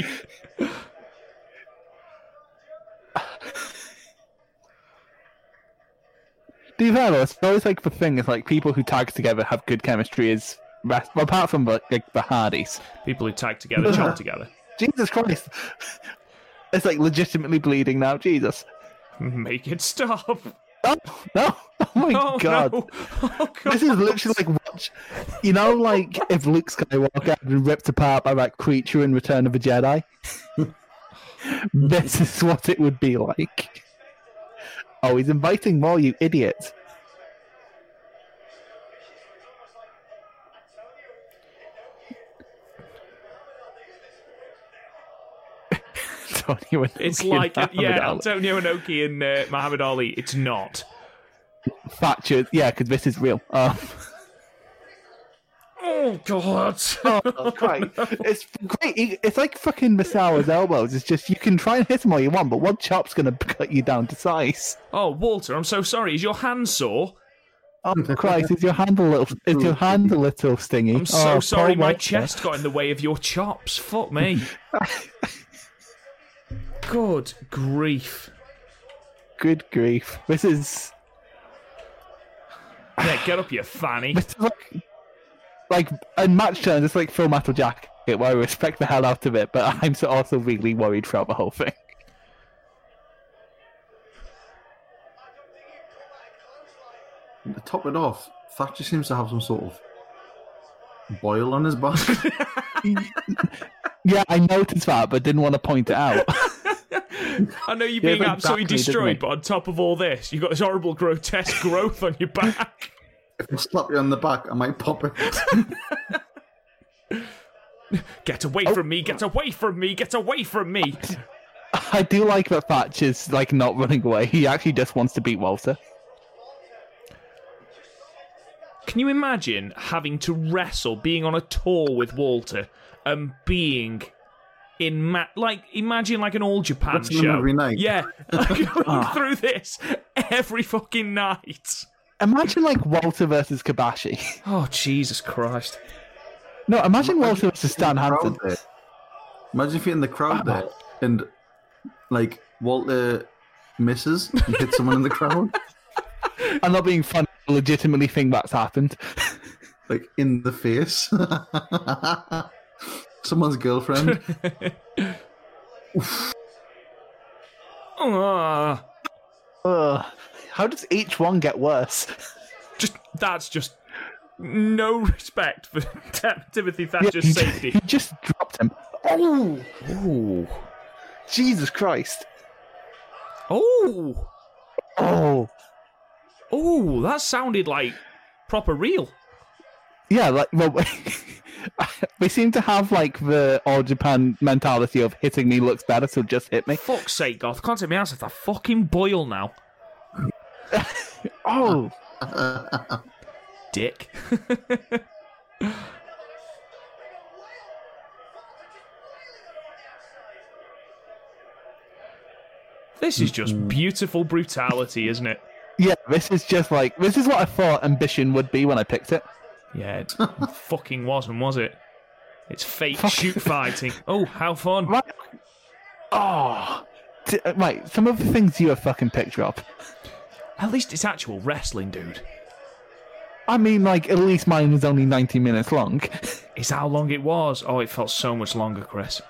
D: To be fair, though, it's always like the thing is like people who tag together have good chemistry is rest- well, apart from like, like the Hardys.
A: People who tag together, chop together.
D: Jesus Christ, it's like legitimately bleeding now. Jesus,
A: Make it stop.
D: no, no, oh my
A: Oh
D: God,
A: no. Oh god.
D: this is literally like watch, you know, like if Luke Skywalker had been ripped apart by that creature in Return of the Jedi. this is what it would be like. Oh, he's inviting more, you idiot. Antonio
A: It's
D: Inoki
A: like uh,
D: and Muhammad
A: yeah,
D: Ali.
A: Antonio Inoki and uh, Muhammad Ali. It's not.
D: Thatcher. Yeah, because this is real. Um,
A: Oh god.
D: Oh, Christ. It's great. He- It's like fucking Masao's elbows. It's just you can try and hit him all you want, but one chop's gonna cut you down to size.
A: Oh Walter, I'm so sorry. Is your hand sore?
D: Oh Christ! Is your hand a little? Is your hand a little stingy?
A: I'm so
D: Oh,
A: sorry.
D: poor
A: My
D: Walter.
A: chest got in the way of your chops. Fuck me. Good grief.
D: Good grief! This is
A: Yeah, get up, you fanny.
D: this is like like in match terms, it's like Full Metal Jacket, where I respect the hell out of it, but I'm so also really worried throughout the whole thing.
C: To top it off, Thatcher seems to have some sort of boil on his back.
D: Yeah, I noticed that, but didn't want to point it out.
A: I know you're being
D: but
A: absolutely
D: exactly, doesn't
A: destroyed,
D: it?
A: but on top of all this, you've got this horrible, grotesque growth on your back.
C: if I slap you on the back, I might pop it.
A: Get away from me!
C: Oh.
A: Get away from me! Get away from me!
D: I do like that Thatcher's like not running away. He actually just wants to beat Walter.
A: Can you imagine having to wrestle, being on a tour with Walter, and being in ma- like imagine like an all Japan
C: Wrestling
A: show
C: every night. Ah.
A: Yeah, like, going through this every fucking night.
D: Imagine like Walter versus Kabashi.
A: Oh Jesus Christ!
D: No, imagine Walter versus Stan Hansen.
C: crowd there. Imagine if you're in the crowd there and like Walter misses and hits someone in the crowd,
D: I'm not being funny. I Legitimately, think that's happened.
C: like in the face. Someone's girlfriend.
A: Ugh.
D: Ugh. How does each one get worse?
A: just that's just no respect for Timothy Thatcher's
D: he,
A: safety.
D: he just dropped him. Oh, Jesus Christ!
A: Oh,
D: Oh,
A: oh, that sounded like proper real.
D: yeah. Like, well, we seem to have like the all Japan mentality of hitting me looks better, so just hit me.
A: Fuck's sake, Goth. Can't take me out if I fucking boil now.
D: Oh,
A: Dick. this is
D: Mm-hmm.
A: just beautiful brutality, isn't it?
D: yeah. This is just like this is what I thought ambition would be when I picked it.
A: Yeah, it fucking wasn't, was it? It's fake
D: Fuck.
A: shoot fighting. Oh, how fun.
D: Right. Oh, D- right. Some of the things you have fucking picked up.
A: At least it's actual wrestling, dude.
D: I mean, like at least mine was only ninety minutes long.
A: It's how long it was. Oh, it felt so much longer, Chris.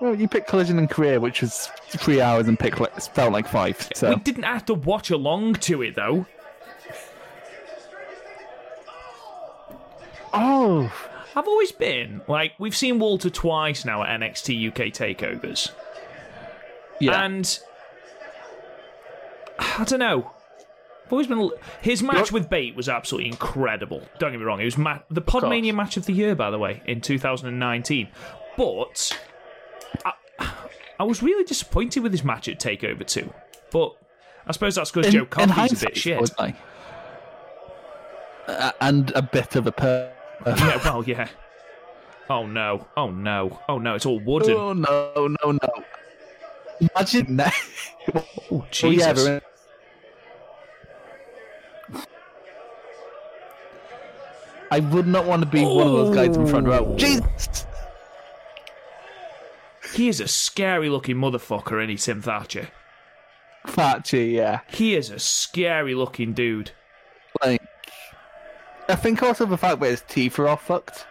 D: Well, you picked Collision and Career, which was three hours, and picked like, felt like five. So
A: We didn't have to watch along to it, though.
D: oh,
A: I've always been like we've seen Walter twice now at NXT UK takeovers,
D: yeah.
A: and I don't know. I've always been his match with Bate was absolutely incredible. Don't get me wrong; it was ma- the Podmania match of the year, by the way, in 2019. But I, I was really disappointed with his match at Takeover too. But I suppose that's because Joe Coffey's a
D: hindsight,
A: bit shit.
D: wasn't I? Uh, and a bit of a per.
A: yeah, well, yeah. Oh no! Oh no! Oh no! It's all wooden.
D: Oh no, no, no! Imagine that.
A: Oh
D: Oh,
A: Jesus!
D: yeah, they're in- I would not want to be one of those guys in front
A: Oh.
D: row. Jesus!
A: He is a scary looking motherfucker, isn't he, Tim Thatcher?
D: Thatcher, yeah.
A: He is a scary looking dude.
D: Like, I think also the fact that his teeth are all fucked.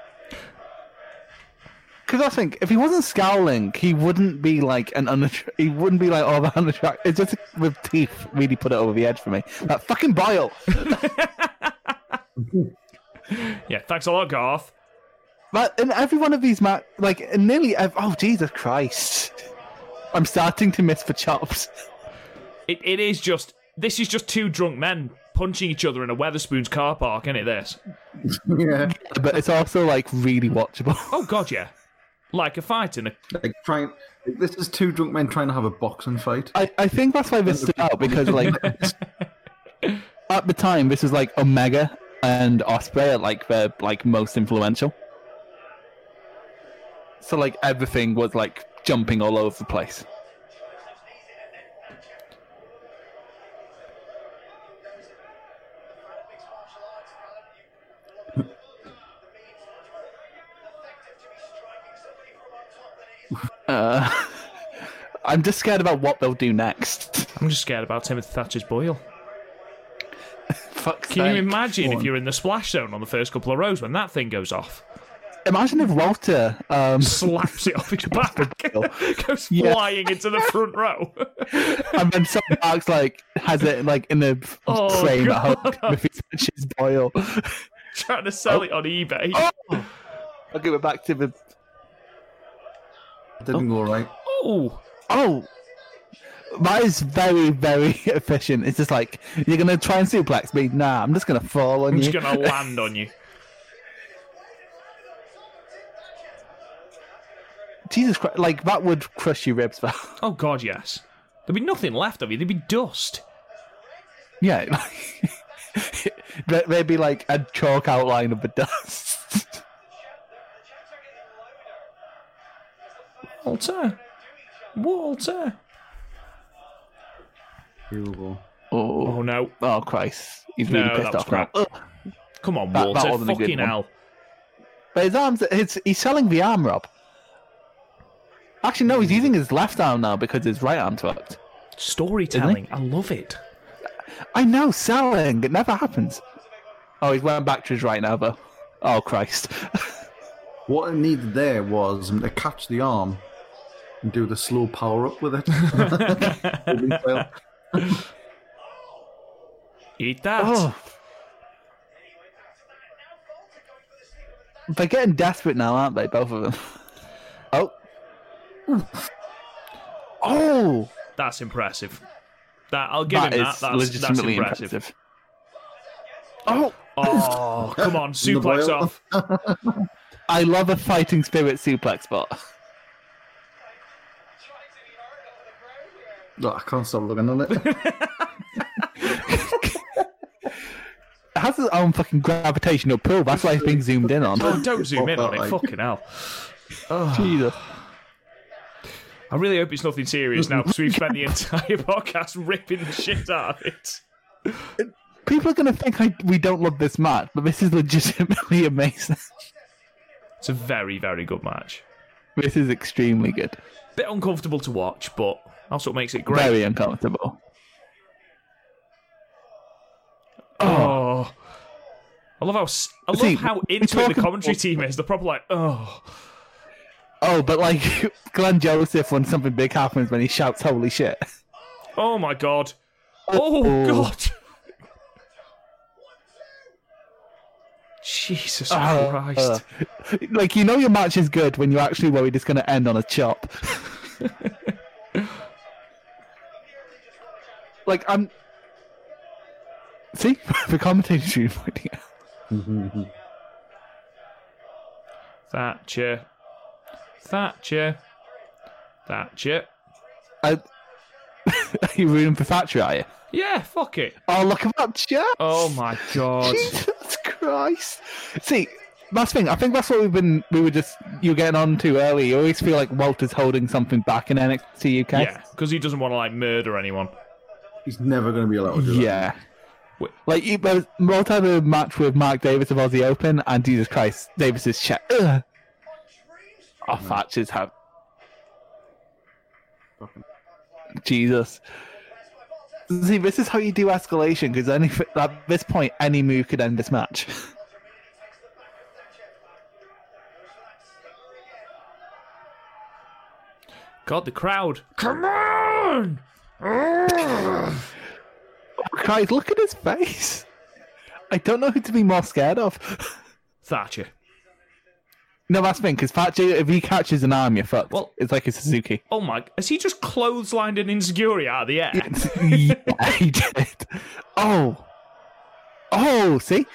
D: Because I think if he wasn't scowling, he wouldn't be like an unattra- He wouldn't be like all that unattractive. It's just with teeth really put it over the edge for me. That fucking bile.
A: Yeah, thanks a lot, Garth.
D: But in every one of these, ma- like in nearly. Ev- oh Jesus Christ! I'm starting to miss the chops.
A: It, it is just. This is just two drunk men punching each other in a Weatherspoons car park, isn't it, this?
C: yeah,
D: But it's also like really watchable.
A: Oh, God, yeah. Like a fight in a.
C: like trying. Like, this is two drunk men trying to have a boxing fight.
D: I, I think that's why this stood out because like at the time this was like Omega and Osprey are like the like most influential. So like everything was like jumping all over the place. Uh, I'm just scared about what they'll do next.
A: I'm just scared about Timothy Thatcher's boil.
D: Fuck.
A: Can you imagine if you're in the splash zone on the first couple of rows when that thing goes off?
D: Imagine if Walter um,
A: Slaps it off his back, goes
D: Yeah.
A: flying into the front row.
D: and then some marks like has it like in a
A: Oh,
D: frame at
A: God.
D: home with his touches boil.
A: Trying to sell it on eBay.
D: Okay, we're back to the
C: Didn't go right.
A: oh.
D: oh. That is very, very efficient. It's just like you're gonna try and suplex me. Nah, I'm just gonna fall on
A: I'm
D: you.
A: just gonna land on you.
D: Jesus Christ! Like that would crush your ribs. But
A: Oh God, yes. There'd be nothing left of you. There'd be dust.
D: yeah, like, there- there'd be like a chalk outline of the dust.
A: Walter, Walter.
C: Terrible.
D: Oh,
A: Oh no!
D: oh Christ! He's
A: No,
D: really
A: that
D: pissed
A: was
D: off now.
A: crap. Come on,
D: That- that
A: Walter.
D: wasn't a good
A: Fucking
D: one.
A: hell.
D: But his arms, his, he's selling the arm, Rob. Actually, no, he's
A: Hmm.
D: using his left arm now because his right arm's fucked.
A: Storytelling. I love it.
D: I know, selling. It never happens. Oh, he's going back to his right now, though. Oh, Christ.
C: What it needed there was him to catch the arm and do the slow power up with it. Well,
A: Eat that.
D: Oh. They're getting desperate now, aren't they, both of them? Oh. Oh!
A: That's impressive. That I'll give
D: That
A: him that.
D: is
A: That's, that's
D: legitimately
A: impressive.
D: impressive. Oh!
A: Oh, come on, suplex
C: boil.
A: off.
D: I love a fighting spirit suplex spot.
F: Trying to be hard on the ground here.
C: Look, I can't stop looking at it.
D: It has its own fucking gravitational pull. That's why it's being zoomed in on.
A: Oh, don't zoom in on it.
C: Like-
A: Fucking hell.
D: Jesus.
A: I really hope it's nothing serious now because we've spent the entire podcast ripping the shit out of it.
D: People are going to think I, we don't love this match, but this is legitimately amazing.
A: It's a very, very good match.
D: This is extremely good.
A: Bit uncomfortable to watch, but that's what makes it great.
D: Very uncomfortable.
A: Oh. I love how s- I love
D: See,
A: how
D: we
A: into it the
D: talk
A: commentary
D: about-
A: team is. They're probably like, oh,
D: Oh, but like Glenn Joseph, when something big happens, when he shouts, "Holy shit!"
A: oh my god, oh
D: Uh-oh.
A: god, Jesus
D: Uh,
A: Christ!
D: like you know your match is good when you're actually worried it's going to end on a chop. like I'm. See the commentator stream pointing out.
A: Thatcher, Thatcher, Thatcher.
D: I... are you rooting for Thatcher? Are you?
A: Yeah, fuck it.
D: Oh, look at that chat.
A: Oh my god.
D: Jesus Christ! See, that's the thing. I think that's what we've been. We were just you were getting on to early. You always feel like Walter's holding something back in NXT UK.
A: Yeah, because he doesn't want to like murder anyone.
C: He's never going to be allowed to do that.
D: Yeah.
A: Wait.
D: Like you, there was Walter had a match with Mark Davis of Aussie Open, and Jesus Christ, Davis's check. Ugh. Oh, Thatcher's have. Jesus. See, this is how you do escalation because any at this point, any move could end this match.
A: God, the crowd. Come on!
D: Christ, look at his face. I don't know who to be more scared of.
A: Thatcher.
D: No, that's the thing, because Thatcher, if he catches an arm, you're fucked.
A: Well-
D: it's like a Suzuki.
A: Oh my, has he just clotheslined an insecurity out of the air?
D: yeah, he did. Oh. Oh, see?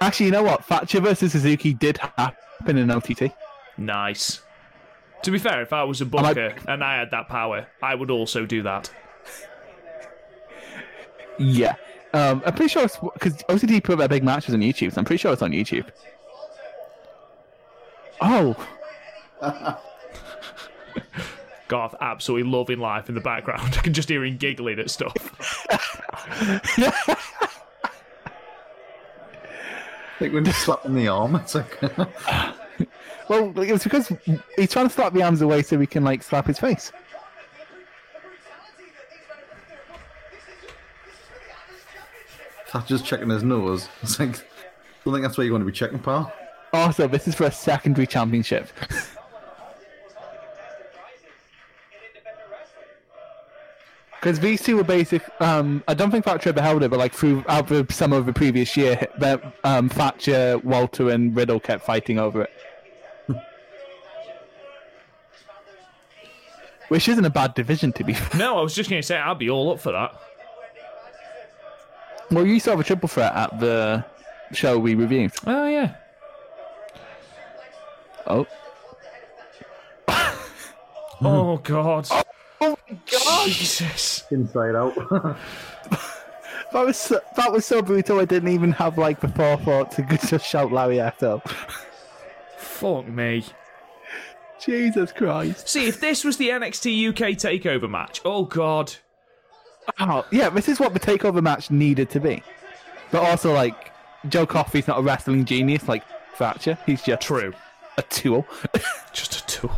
D: Actually, you know what? Thatcher versus Suzuki did happen in OTT.
A: Nice. To be fair, if I was a booker and I had that power, I would also do that.
D: Yeah. Um, I'm pretty sure it's because OTT put their big matches on YouTube, so I'm pretty sure it's on YouTube. Oh.
A: Garth absolutely loving life in the background. I can just hear him giggling at stuff.
C: Like when you slap in the arm, it's like
D: Well, like, it's because he's trying to slap the arms away so we can, like, slap his face.
C: Thatcher's checking his nose. It's like I don't think that's where you want to be checking, pal.
D: Also, this is for a secondary championship. Because these two were basic. Um, I don't think Thatcher ever held it, but like throughout the summer of the previous year, that, um, Thatcher, Walter, and Riddle kept fighting over it. Which isn't a bad division to be. fair.
A: No, I was just going to say, I'd be all up for that.
D: Well, you saw the triple threat at the show we reviewed.
A: Oh, yeah.
D: Oh,
A: Oh, God.
D: oh my god!
A: Jesus.
C: Inside out.
D: That was so, that was so brutal. I didn't even have like the forethought to just shout Larry Eto.
A: Fuck me.
D: Jesus Christ!
A: See, if this was the NXT UK takeover match, oh, God.
D: Oh, yeah, this is what the takeover match needed to be. But also, like Joe Coffey's not a wrestling genius like Thatcher. He's just
A: True.
D: a tool.
A: Just a tool.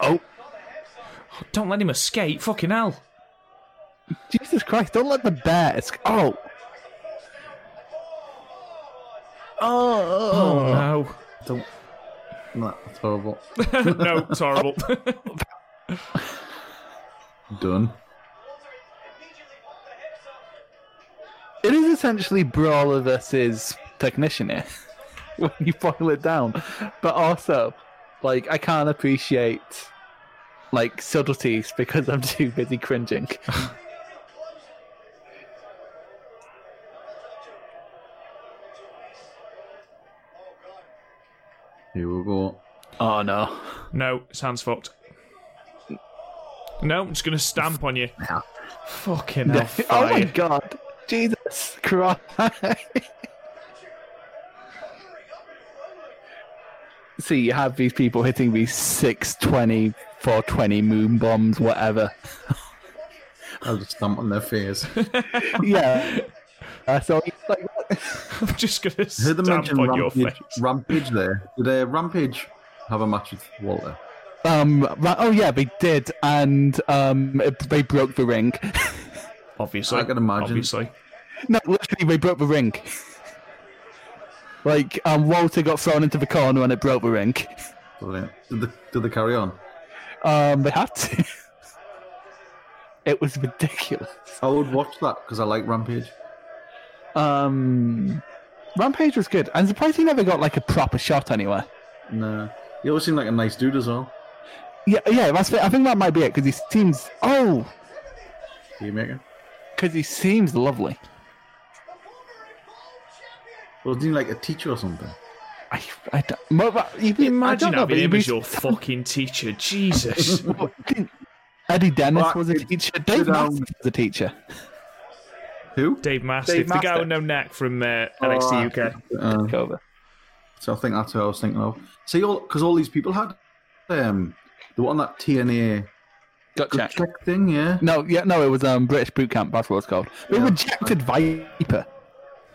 D: oh,
A: Don't let him escape. Fucking hell.
D: Jesus Christ! Don't let the bear. Esc- oh,
A: Oh, no.
C: don't. No, that's horrible.
A: no, it's horrible.
C: Done.
D: it is essentially brawler versus technician here when you boil it down. But also, like I can't appreciate like subtleties because I'm too busy cringing.
C: Here we go.
D: Oh no.
A: No, his hand's fucked. No, I'm just gonna stamp on you. Fucking hell.
D: oh my god. Jesus Christ. See, you have these people hitting these 620, 420 moon bombs, whatever.
C: I'll just stamp on their face.
D: yeah. Uh, so he's like,
A: I'm just gonna
C: I heard
A: stamp
C: them mention
A: on your
C: Rampage,
A: face.
C: Rampage there. Did uh, Rampage have a match with Walter?
D: um, ra- oh yeah, they did, and um, it, they broke the ring.
A: Obviously.
C: I can imagine.
A: Obviously.
D: No, literally, they broke the ring. Like, um, Walter got thrown into the corner and it broke the ring.
C: Brilliant. Did they, did they carry on?
D: Um, they had to. it was ridiculous.
C: I would watch that because I like Rampage.
D: Um, Rampage was good. I'm surprised he never got like a proper shot anywhere.
C: No. uh, He always seemed like a nice dude as well.
D: Yeah, yeah, that's it. I think that might be it because he seems. Oh,
C: Haymaker.
D: because he seems lovely.
C: Wasn't he like a teacher or something?
D: I, I don't. Mo, but you, you,
A: Imagine
D: I don't know,
A: having him
D: but you-
A: as your fucking teacher. Jesus.
D: Eddie Dennis
C: Well,
D: was a
C: it-
D: teacher.
C: it
D: Dave
C: should, um,
D: Masters was a teacher.
C: Who?
A: Dave Mastiff,
D: Dave
A: the guy with no
D: Mastiff.
A: neck from uh, NXT UK.
C: Uh,
D: Over.
C: so I think that's who I was thinking of. See, all because all these people had um, they were on that TNA
D: Got
C: good
D: checked.
C: check thing, yeah.
D: No, yeah, no, it was um British boot camp. That's what it's called. They
C: Yeah.
D: rejected Viper.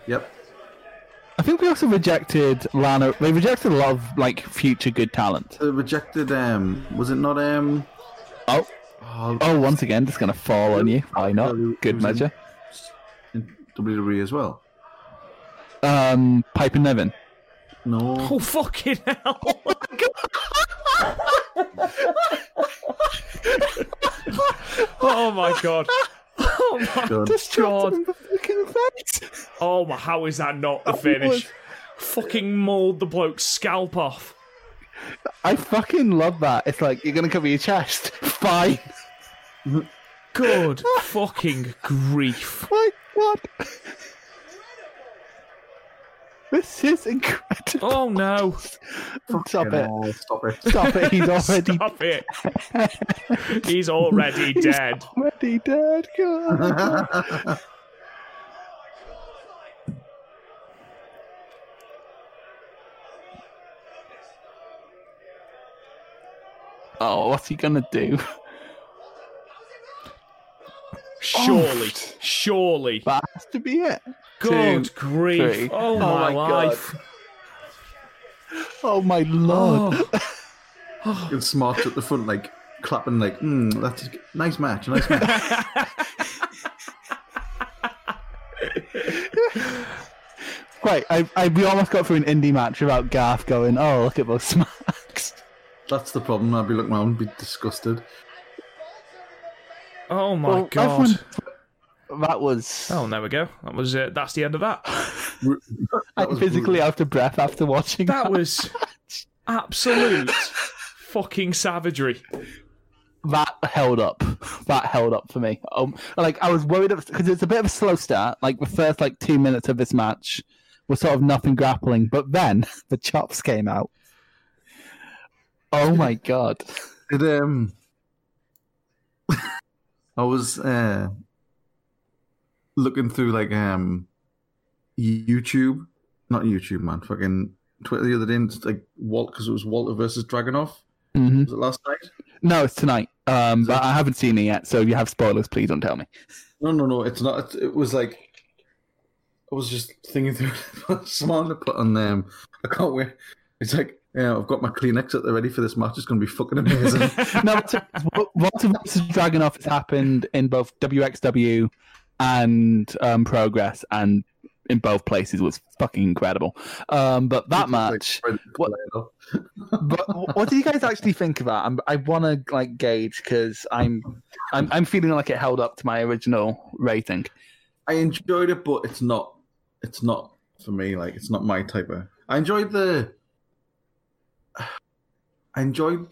C: Yep.
D: I think we also rejected Lana. They rejected a lot of like future good talent.
C: They rejected. Um, was it not? Um,
D: Oh,
C: oh,
D: oh, once again, just gonna fall on you. Why not? Good measure.
C: in WWE E as well.
D: Um, Piper Nevin.
C: No.
A: Oh, fucking hell. oh my god. Oh my
C: Good.
A: god.
D: Fucking face.
A: Oh my, how is that not the finish? Fucking mauled the bloke's scalp off.
D: I fucking love that. It's like you're gonna cover your chest. Fine.
A: Good fucking grief.
D: My God. This is incredible.
A: Oh no.
D: Stop it.
C: Oh, stop it.
D: Stop it. He's already
A: Stop it. He's already dead.
D: already dead. God. oh, what's he gonna do?
A: Surely. Surely.
D: That has Oh. to be it.
A: Good
D: two,
A: grief.
D: three.
A: Oh
D: Oh
A: my,
D: my God.
A: life.
D: Oh my lord.
A: Oh,
C: Good smart at the front, like clapping, like, mm, that's a g- nice match, nice match.
D: Right, I, I we almost got through an indie match without Garth going, oh, look at those smacks.
C: that's the problem. I'd be looking around, and be disgusted.
A: oh my
D: Well,
A: god.
D: everyone- That was.
A: Oh, there we go. That was it. That's the end of that.
C: Ru- that
D: I'm
C: was
D: physically
C: brutal.
D: out of breath after watching that.
A: That was absolute fucking savagery.
D: that held up. That held up for me. Um, like I was worried because it's a bit of a slow start. Like the first like two minutes of this match was sort of nothing grappling, but then the chops came out. Oh my god!
C: Did um, I was uh looking through like um YouTube, not YouTube, man, fucking Twitter the other day, and it's like Walt because it was Walter versus Dragonoff.
D: hmm
C: Was it last night?
D: No, it's tonight. Um, but I haven't seen it yet. So if you have spoilers, please don't tell me.
C: No, no, no. It's not. It, it was like I was just thinking through smiling to put on them. I can't wait. It's like yeah, I've got my Kleenex at the ready for this match. It's going to be fucking amazing.
D: no, but to- Walter versus Dragonoff has happened in both WXW and um, Progress, and in both places was fucking incredible. Um, but that match, What- but wh- what do you guys actually think of that? I'm, I want to like gauge because I'm, I'm, I'm feeling like it held up to my original rating.
C: I enjoyed it, but it's not. It's not for me. Like it's not my type of. I enjoyed the. I enjoyed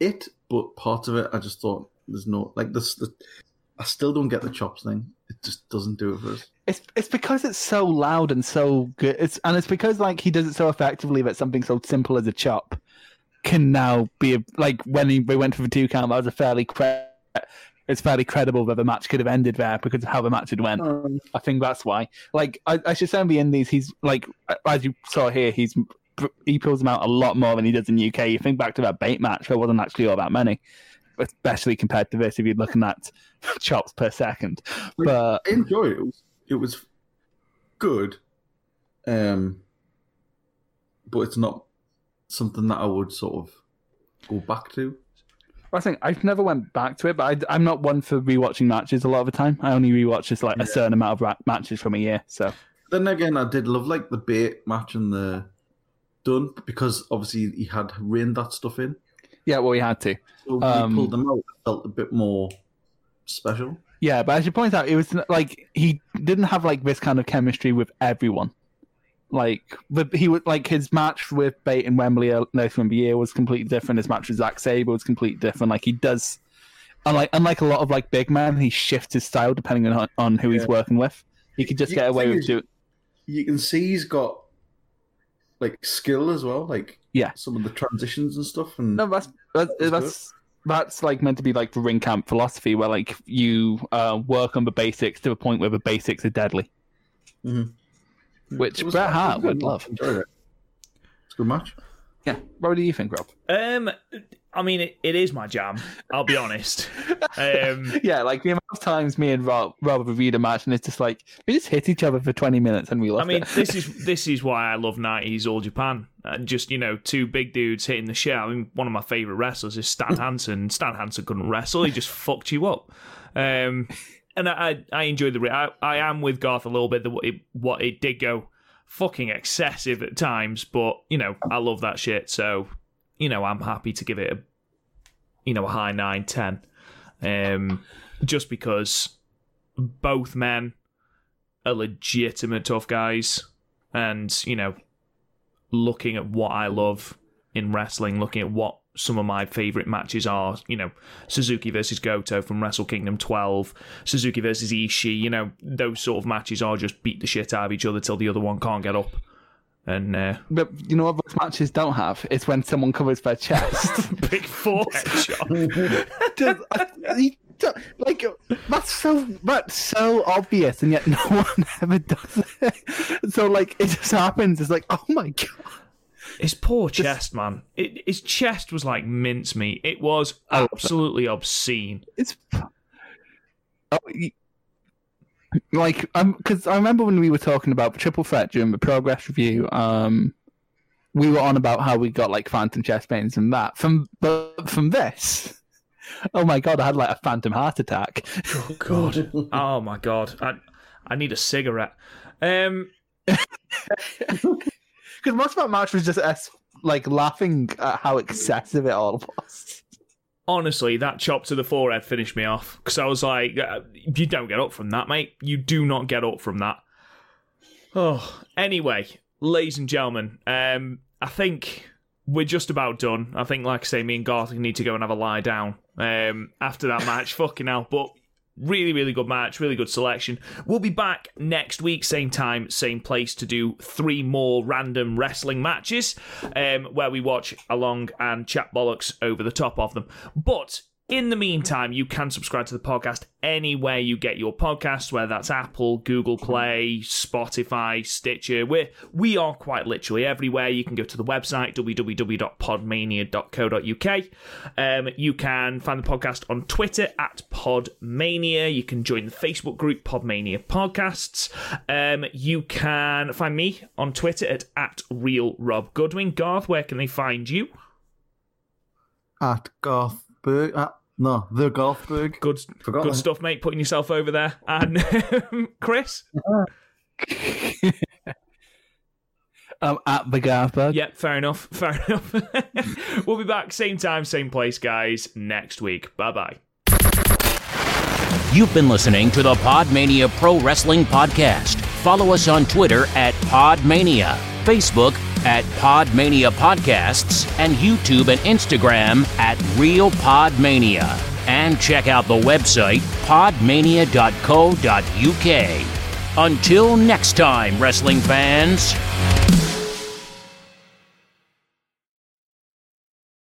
C: it, but part of it, I just thought there's no like this. The, I still don't get the chops thing. It just doesn't do it for us.
D: It's it's because it's so loud and so good. It's and it's because like he does it so effectively that something so simple as a chop can now be a- like when he we went for the two count. That was a fairly cre- it's fairly credible that the match could have ended there because of how the match had went.
C: Um,
D: I think that's why. Like, I, I should say in the Indies, he's like, as you saw here, he's he pulls them out a lot more than he does in the UK. You think back to that bait match, there wasn't actually all that many, especially compared to this. If you're looking at chops per second, but
C: I enjoyed it. It was, it was good, um, but it's not something that I would sort of go back to.
D: I think I've never went back to it. But I, am not one for rewatching matches a lot of the time. I only rewatch just like a certain amount of ra- matches from a year. So
C: Then again, I did love like the bait match and the done because obviously he had reined that stuff in.
D: yeah, well, we had to.
C: So when
D: Um,
C: he pulled them out, it felt a bit more special.
D: Yeah, but as you point out, it was like he didn't have like this kind of chemistry with everyone. Like, but he was like his match with Bate and Wembley earlier in the year was completely different. His match with Zack Sabre was completely different. Like he does, unlike unlike a lot of like big men, he shifts his style depending on on who he's working with. He could just
C: You
D: get
C: can
D: away
C: see
D: with
C: his-
D: doing.
C: You can see he's got like skill as well, like
D: Yeah.
C: some of the transitions and stuff. And
D: No, that's that's
C: That was
D: that's, that's like meant to be like the ring camp philosophy, where like you uh, work on the basics to a point where the basics are deadly. Mm-hmm.
C: Mhm.
D: Which
C: It was-
D: Bret
C: it was
D: Hart
C: good.
D: would love.
C: Enjoyed it. It's a good match.
D: Yeah. What do you think, Rob?
A: Um, I mean, it, it is my jam. I'll be honest. Um,
D: Yeah, like the amount of times me and Rob, Rob reviewed a match and it's just like, we just hit each other for 20 minutes and we
A: I
D: lost
A: mean,
D: it.
A: this is this is why I love '90s All Japan. Uh, just you know, two big dudes hitting the shit. I mean, one of my favorite wrestlers is Stan Hansen. Stan Hansen couldn't wrestle; he just fucked you up. Um, and I I I enjoy the. Re- I, I am with Garth a little bit. That what it, what it did go fucking excessive at times, but you know, I love that shit. So you know, I'm happy to give it a you know a high nine ten, um, just because both men are legitimate tough guys and you know looking at what i love in wrestling looking at what some of my favorite matches are you know suzuki versus goto from wrestle kingdom 12 suzuki versus ishii you know those sort of matches are just beat the shit out of each other till the other one can't get up and uh,
D: But you know what those matches don't have? It's when someone covers their chest.
A: big four headshot.
D: Just- you don't- like, that's so, that's so obvious and yet no one ever does it. So, like, it just happens. It's like, oh my God.
A: His poor chest, man. It, his chest was like mincemeat. It was
D: love that.
A: absolutely obscene.
D: It's oh, y- like um because I remember when we were talking about triple threat during the progress review. Um, we were on about how we got like phantom chest pains and that from but from this. Oh my god! I had like a phantom heart attack.
A: Oh god. oh my god. I I need a cigarette. Um
D: Because most of that match was just us like laughing at how excessive it all was.
A: honestly, that chop to the forehead finished me off because I was like, uh, you don't get up from that, mate. You do not get up from that. Oh, anyway, ladies and gentlemen, um, I think we're just about done. I think, like I say, me and Garth need to go and have a lie down um, after that match. Fucking hell, but. Really, really good match, really good selection. We'll be back next week, same time, same place to do three more random wrestling matches um, where we watch along and chat bollocks over the top of them. But in the meantime, you can subscribe to the podcast anywhere you get your podcasts, whether that's Apple, Google Play, Spotify, Stitcher. We're, we are quite literally everywhere. You can go to the website, www.podmania.co.uk. Um, you can find the podcast on Twitter at Podmania. You can join the Facebook group Podmania Podcasts. Um, you can find me on Twitter at, at Real Rob Goodwin. Garth, where can they find you?
C: At Garthburg. At, no, the Garthburg.
A: Good,
C: Forgot
A: good
C: that.
A: stuff, mate. Putting yourself over there. And um, Chris,
D: Um, at the Garthburg.
A: yeah, fair enough, fair enough. we'll be back same time, same place, guys, next week. Bye bye.
G: You've been listening to the Podmania Pro Wrestling Podcast. Follow us on Twitter at Podmania, Facebook at Podmania Podcasts, and YouTube and Instagram at Real Podmania. And check out the website podmania.co.uk. Until next time, wrestling fans.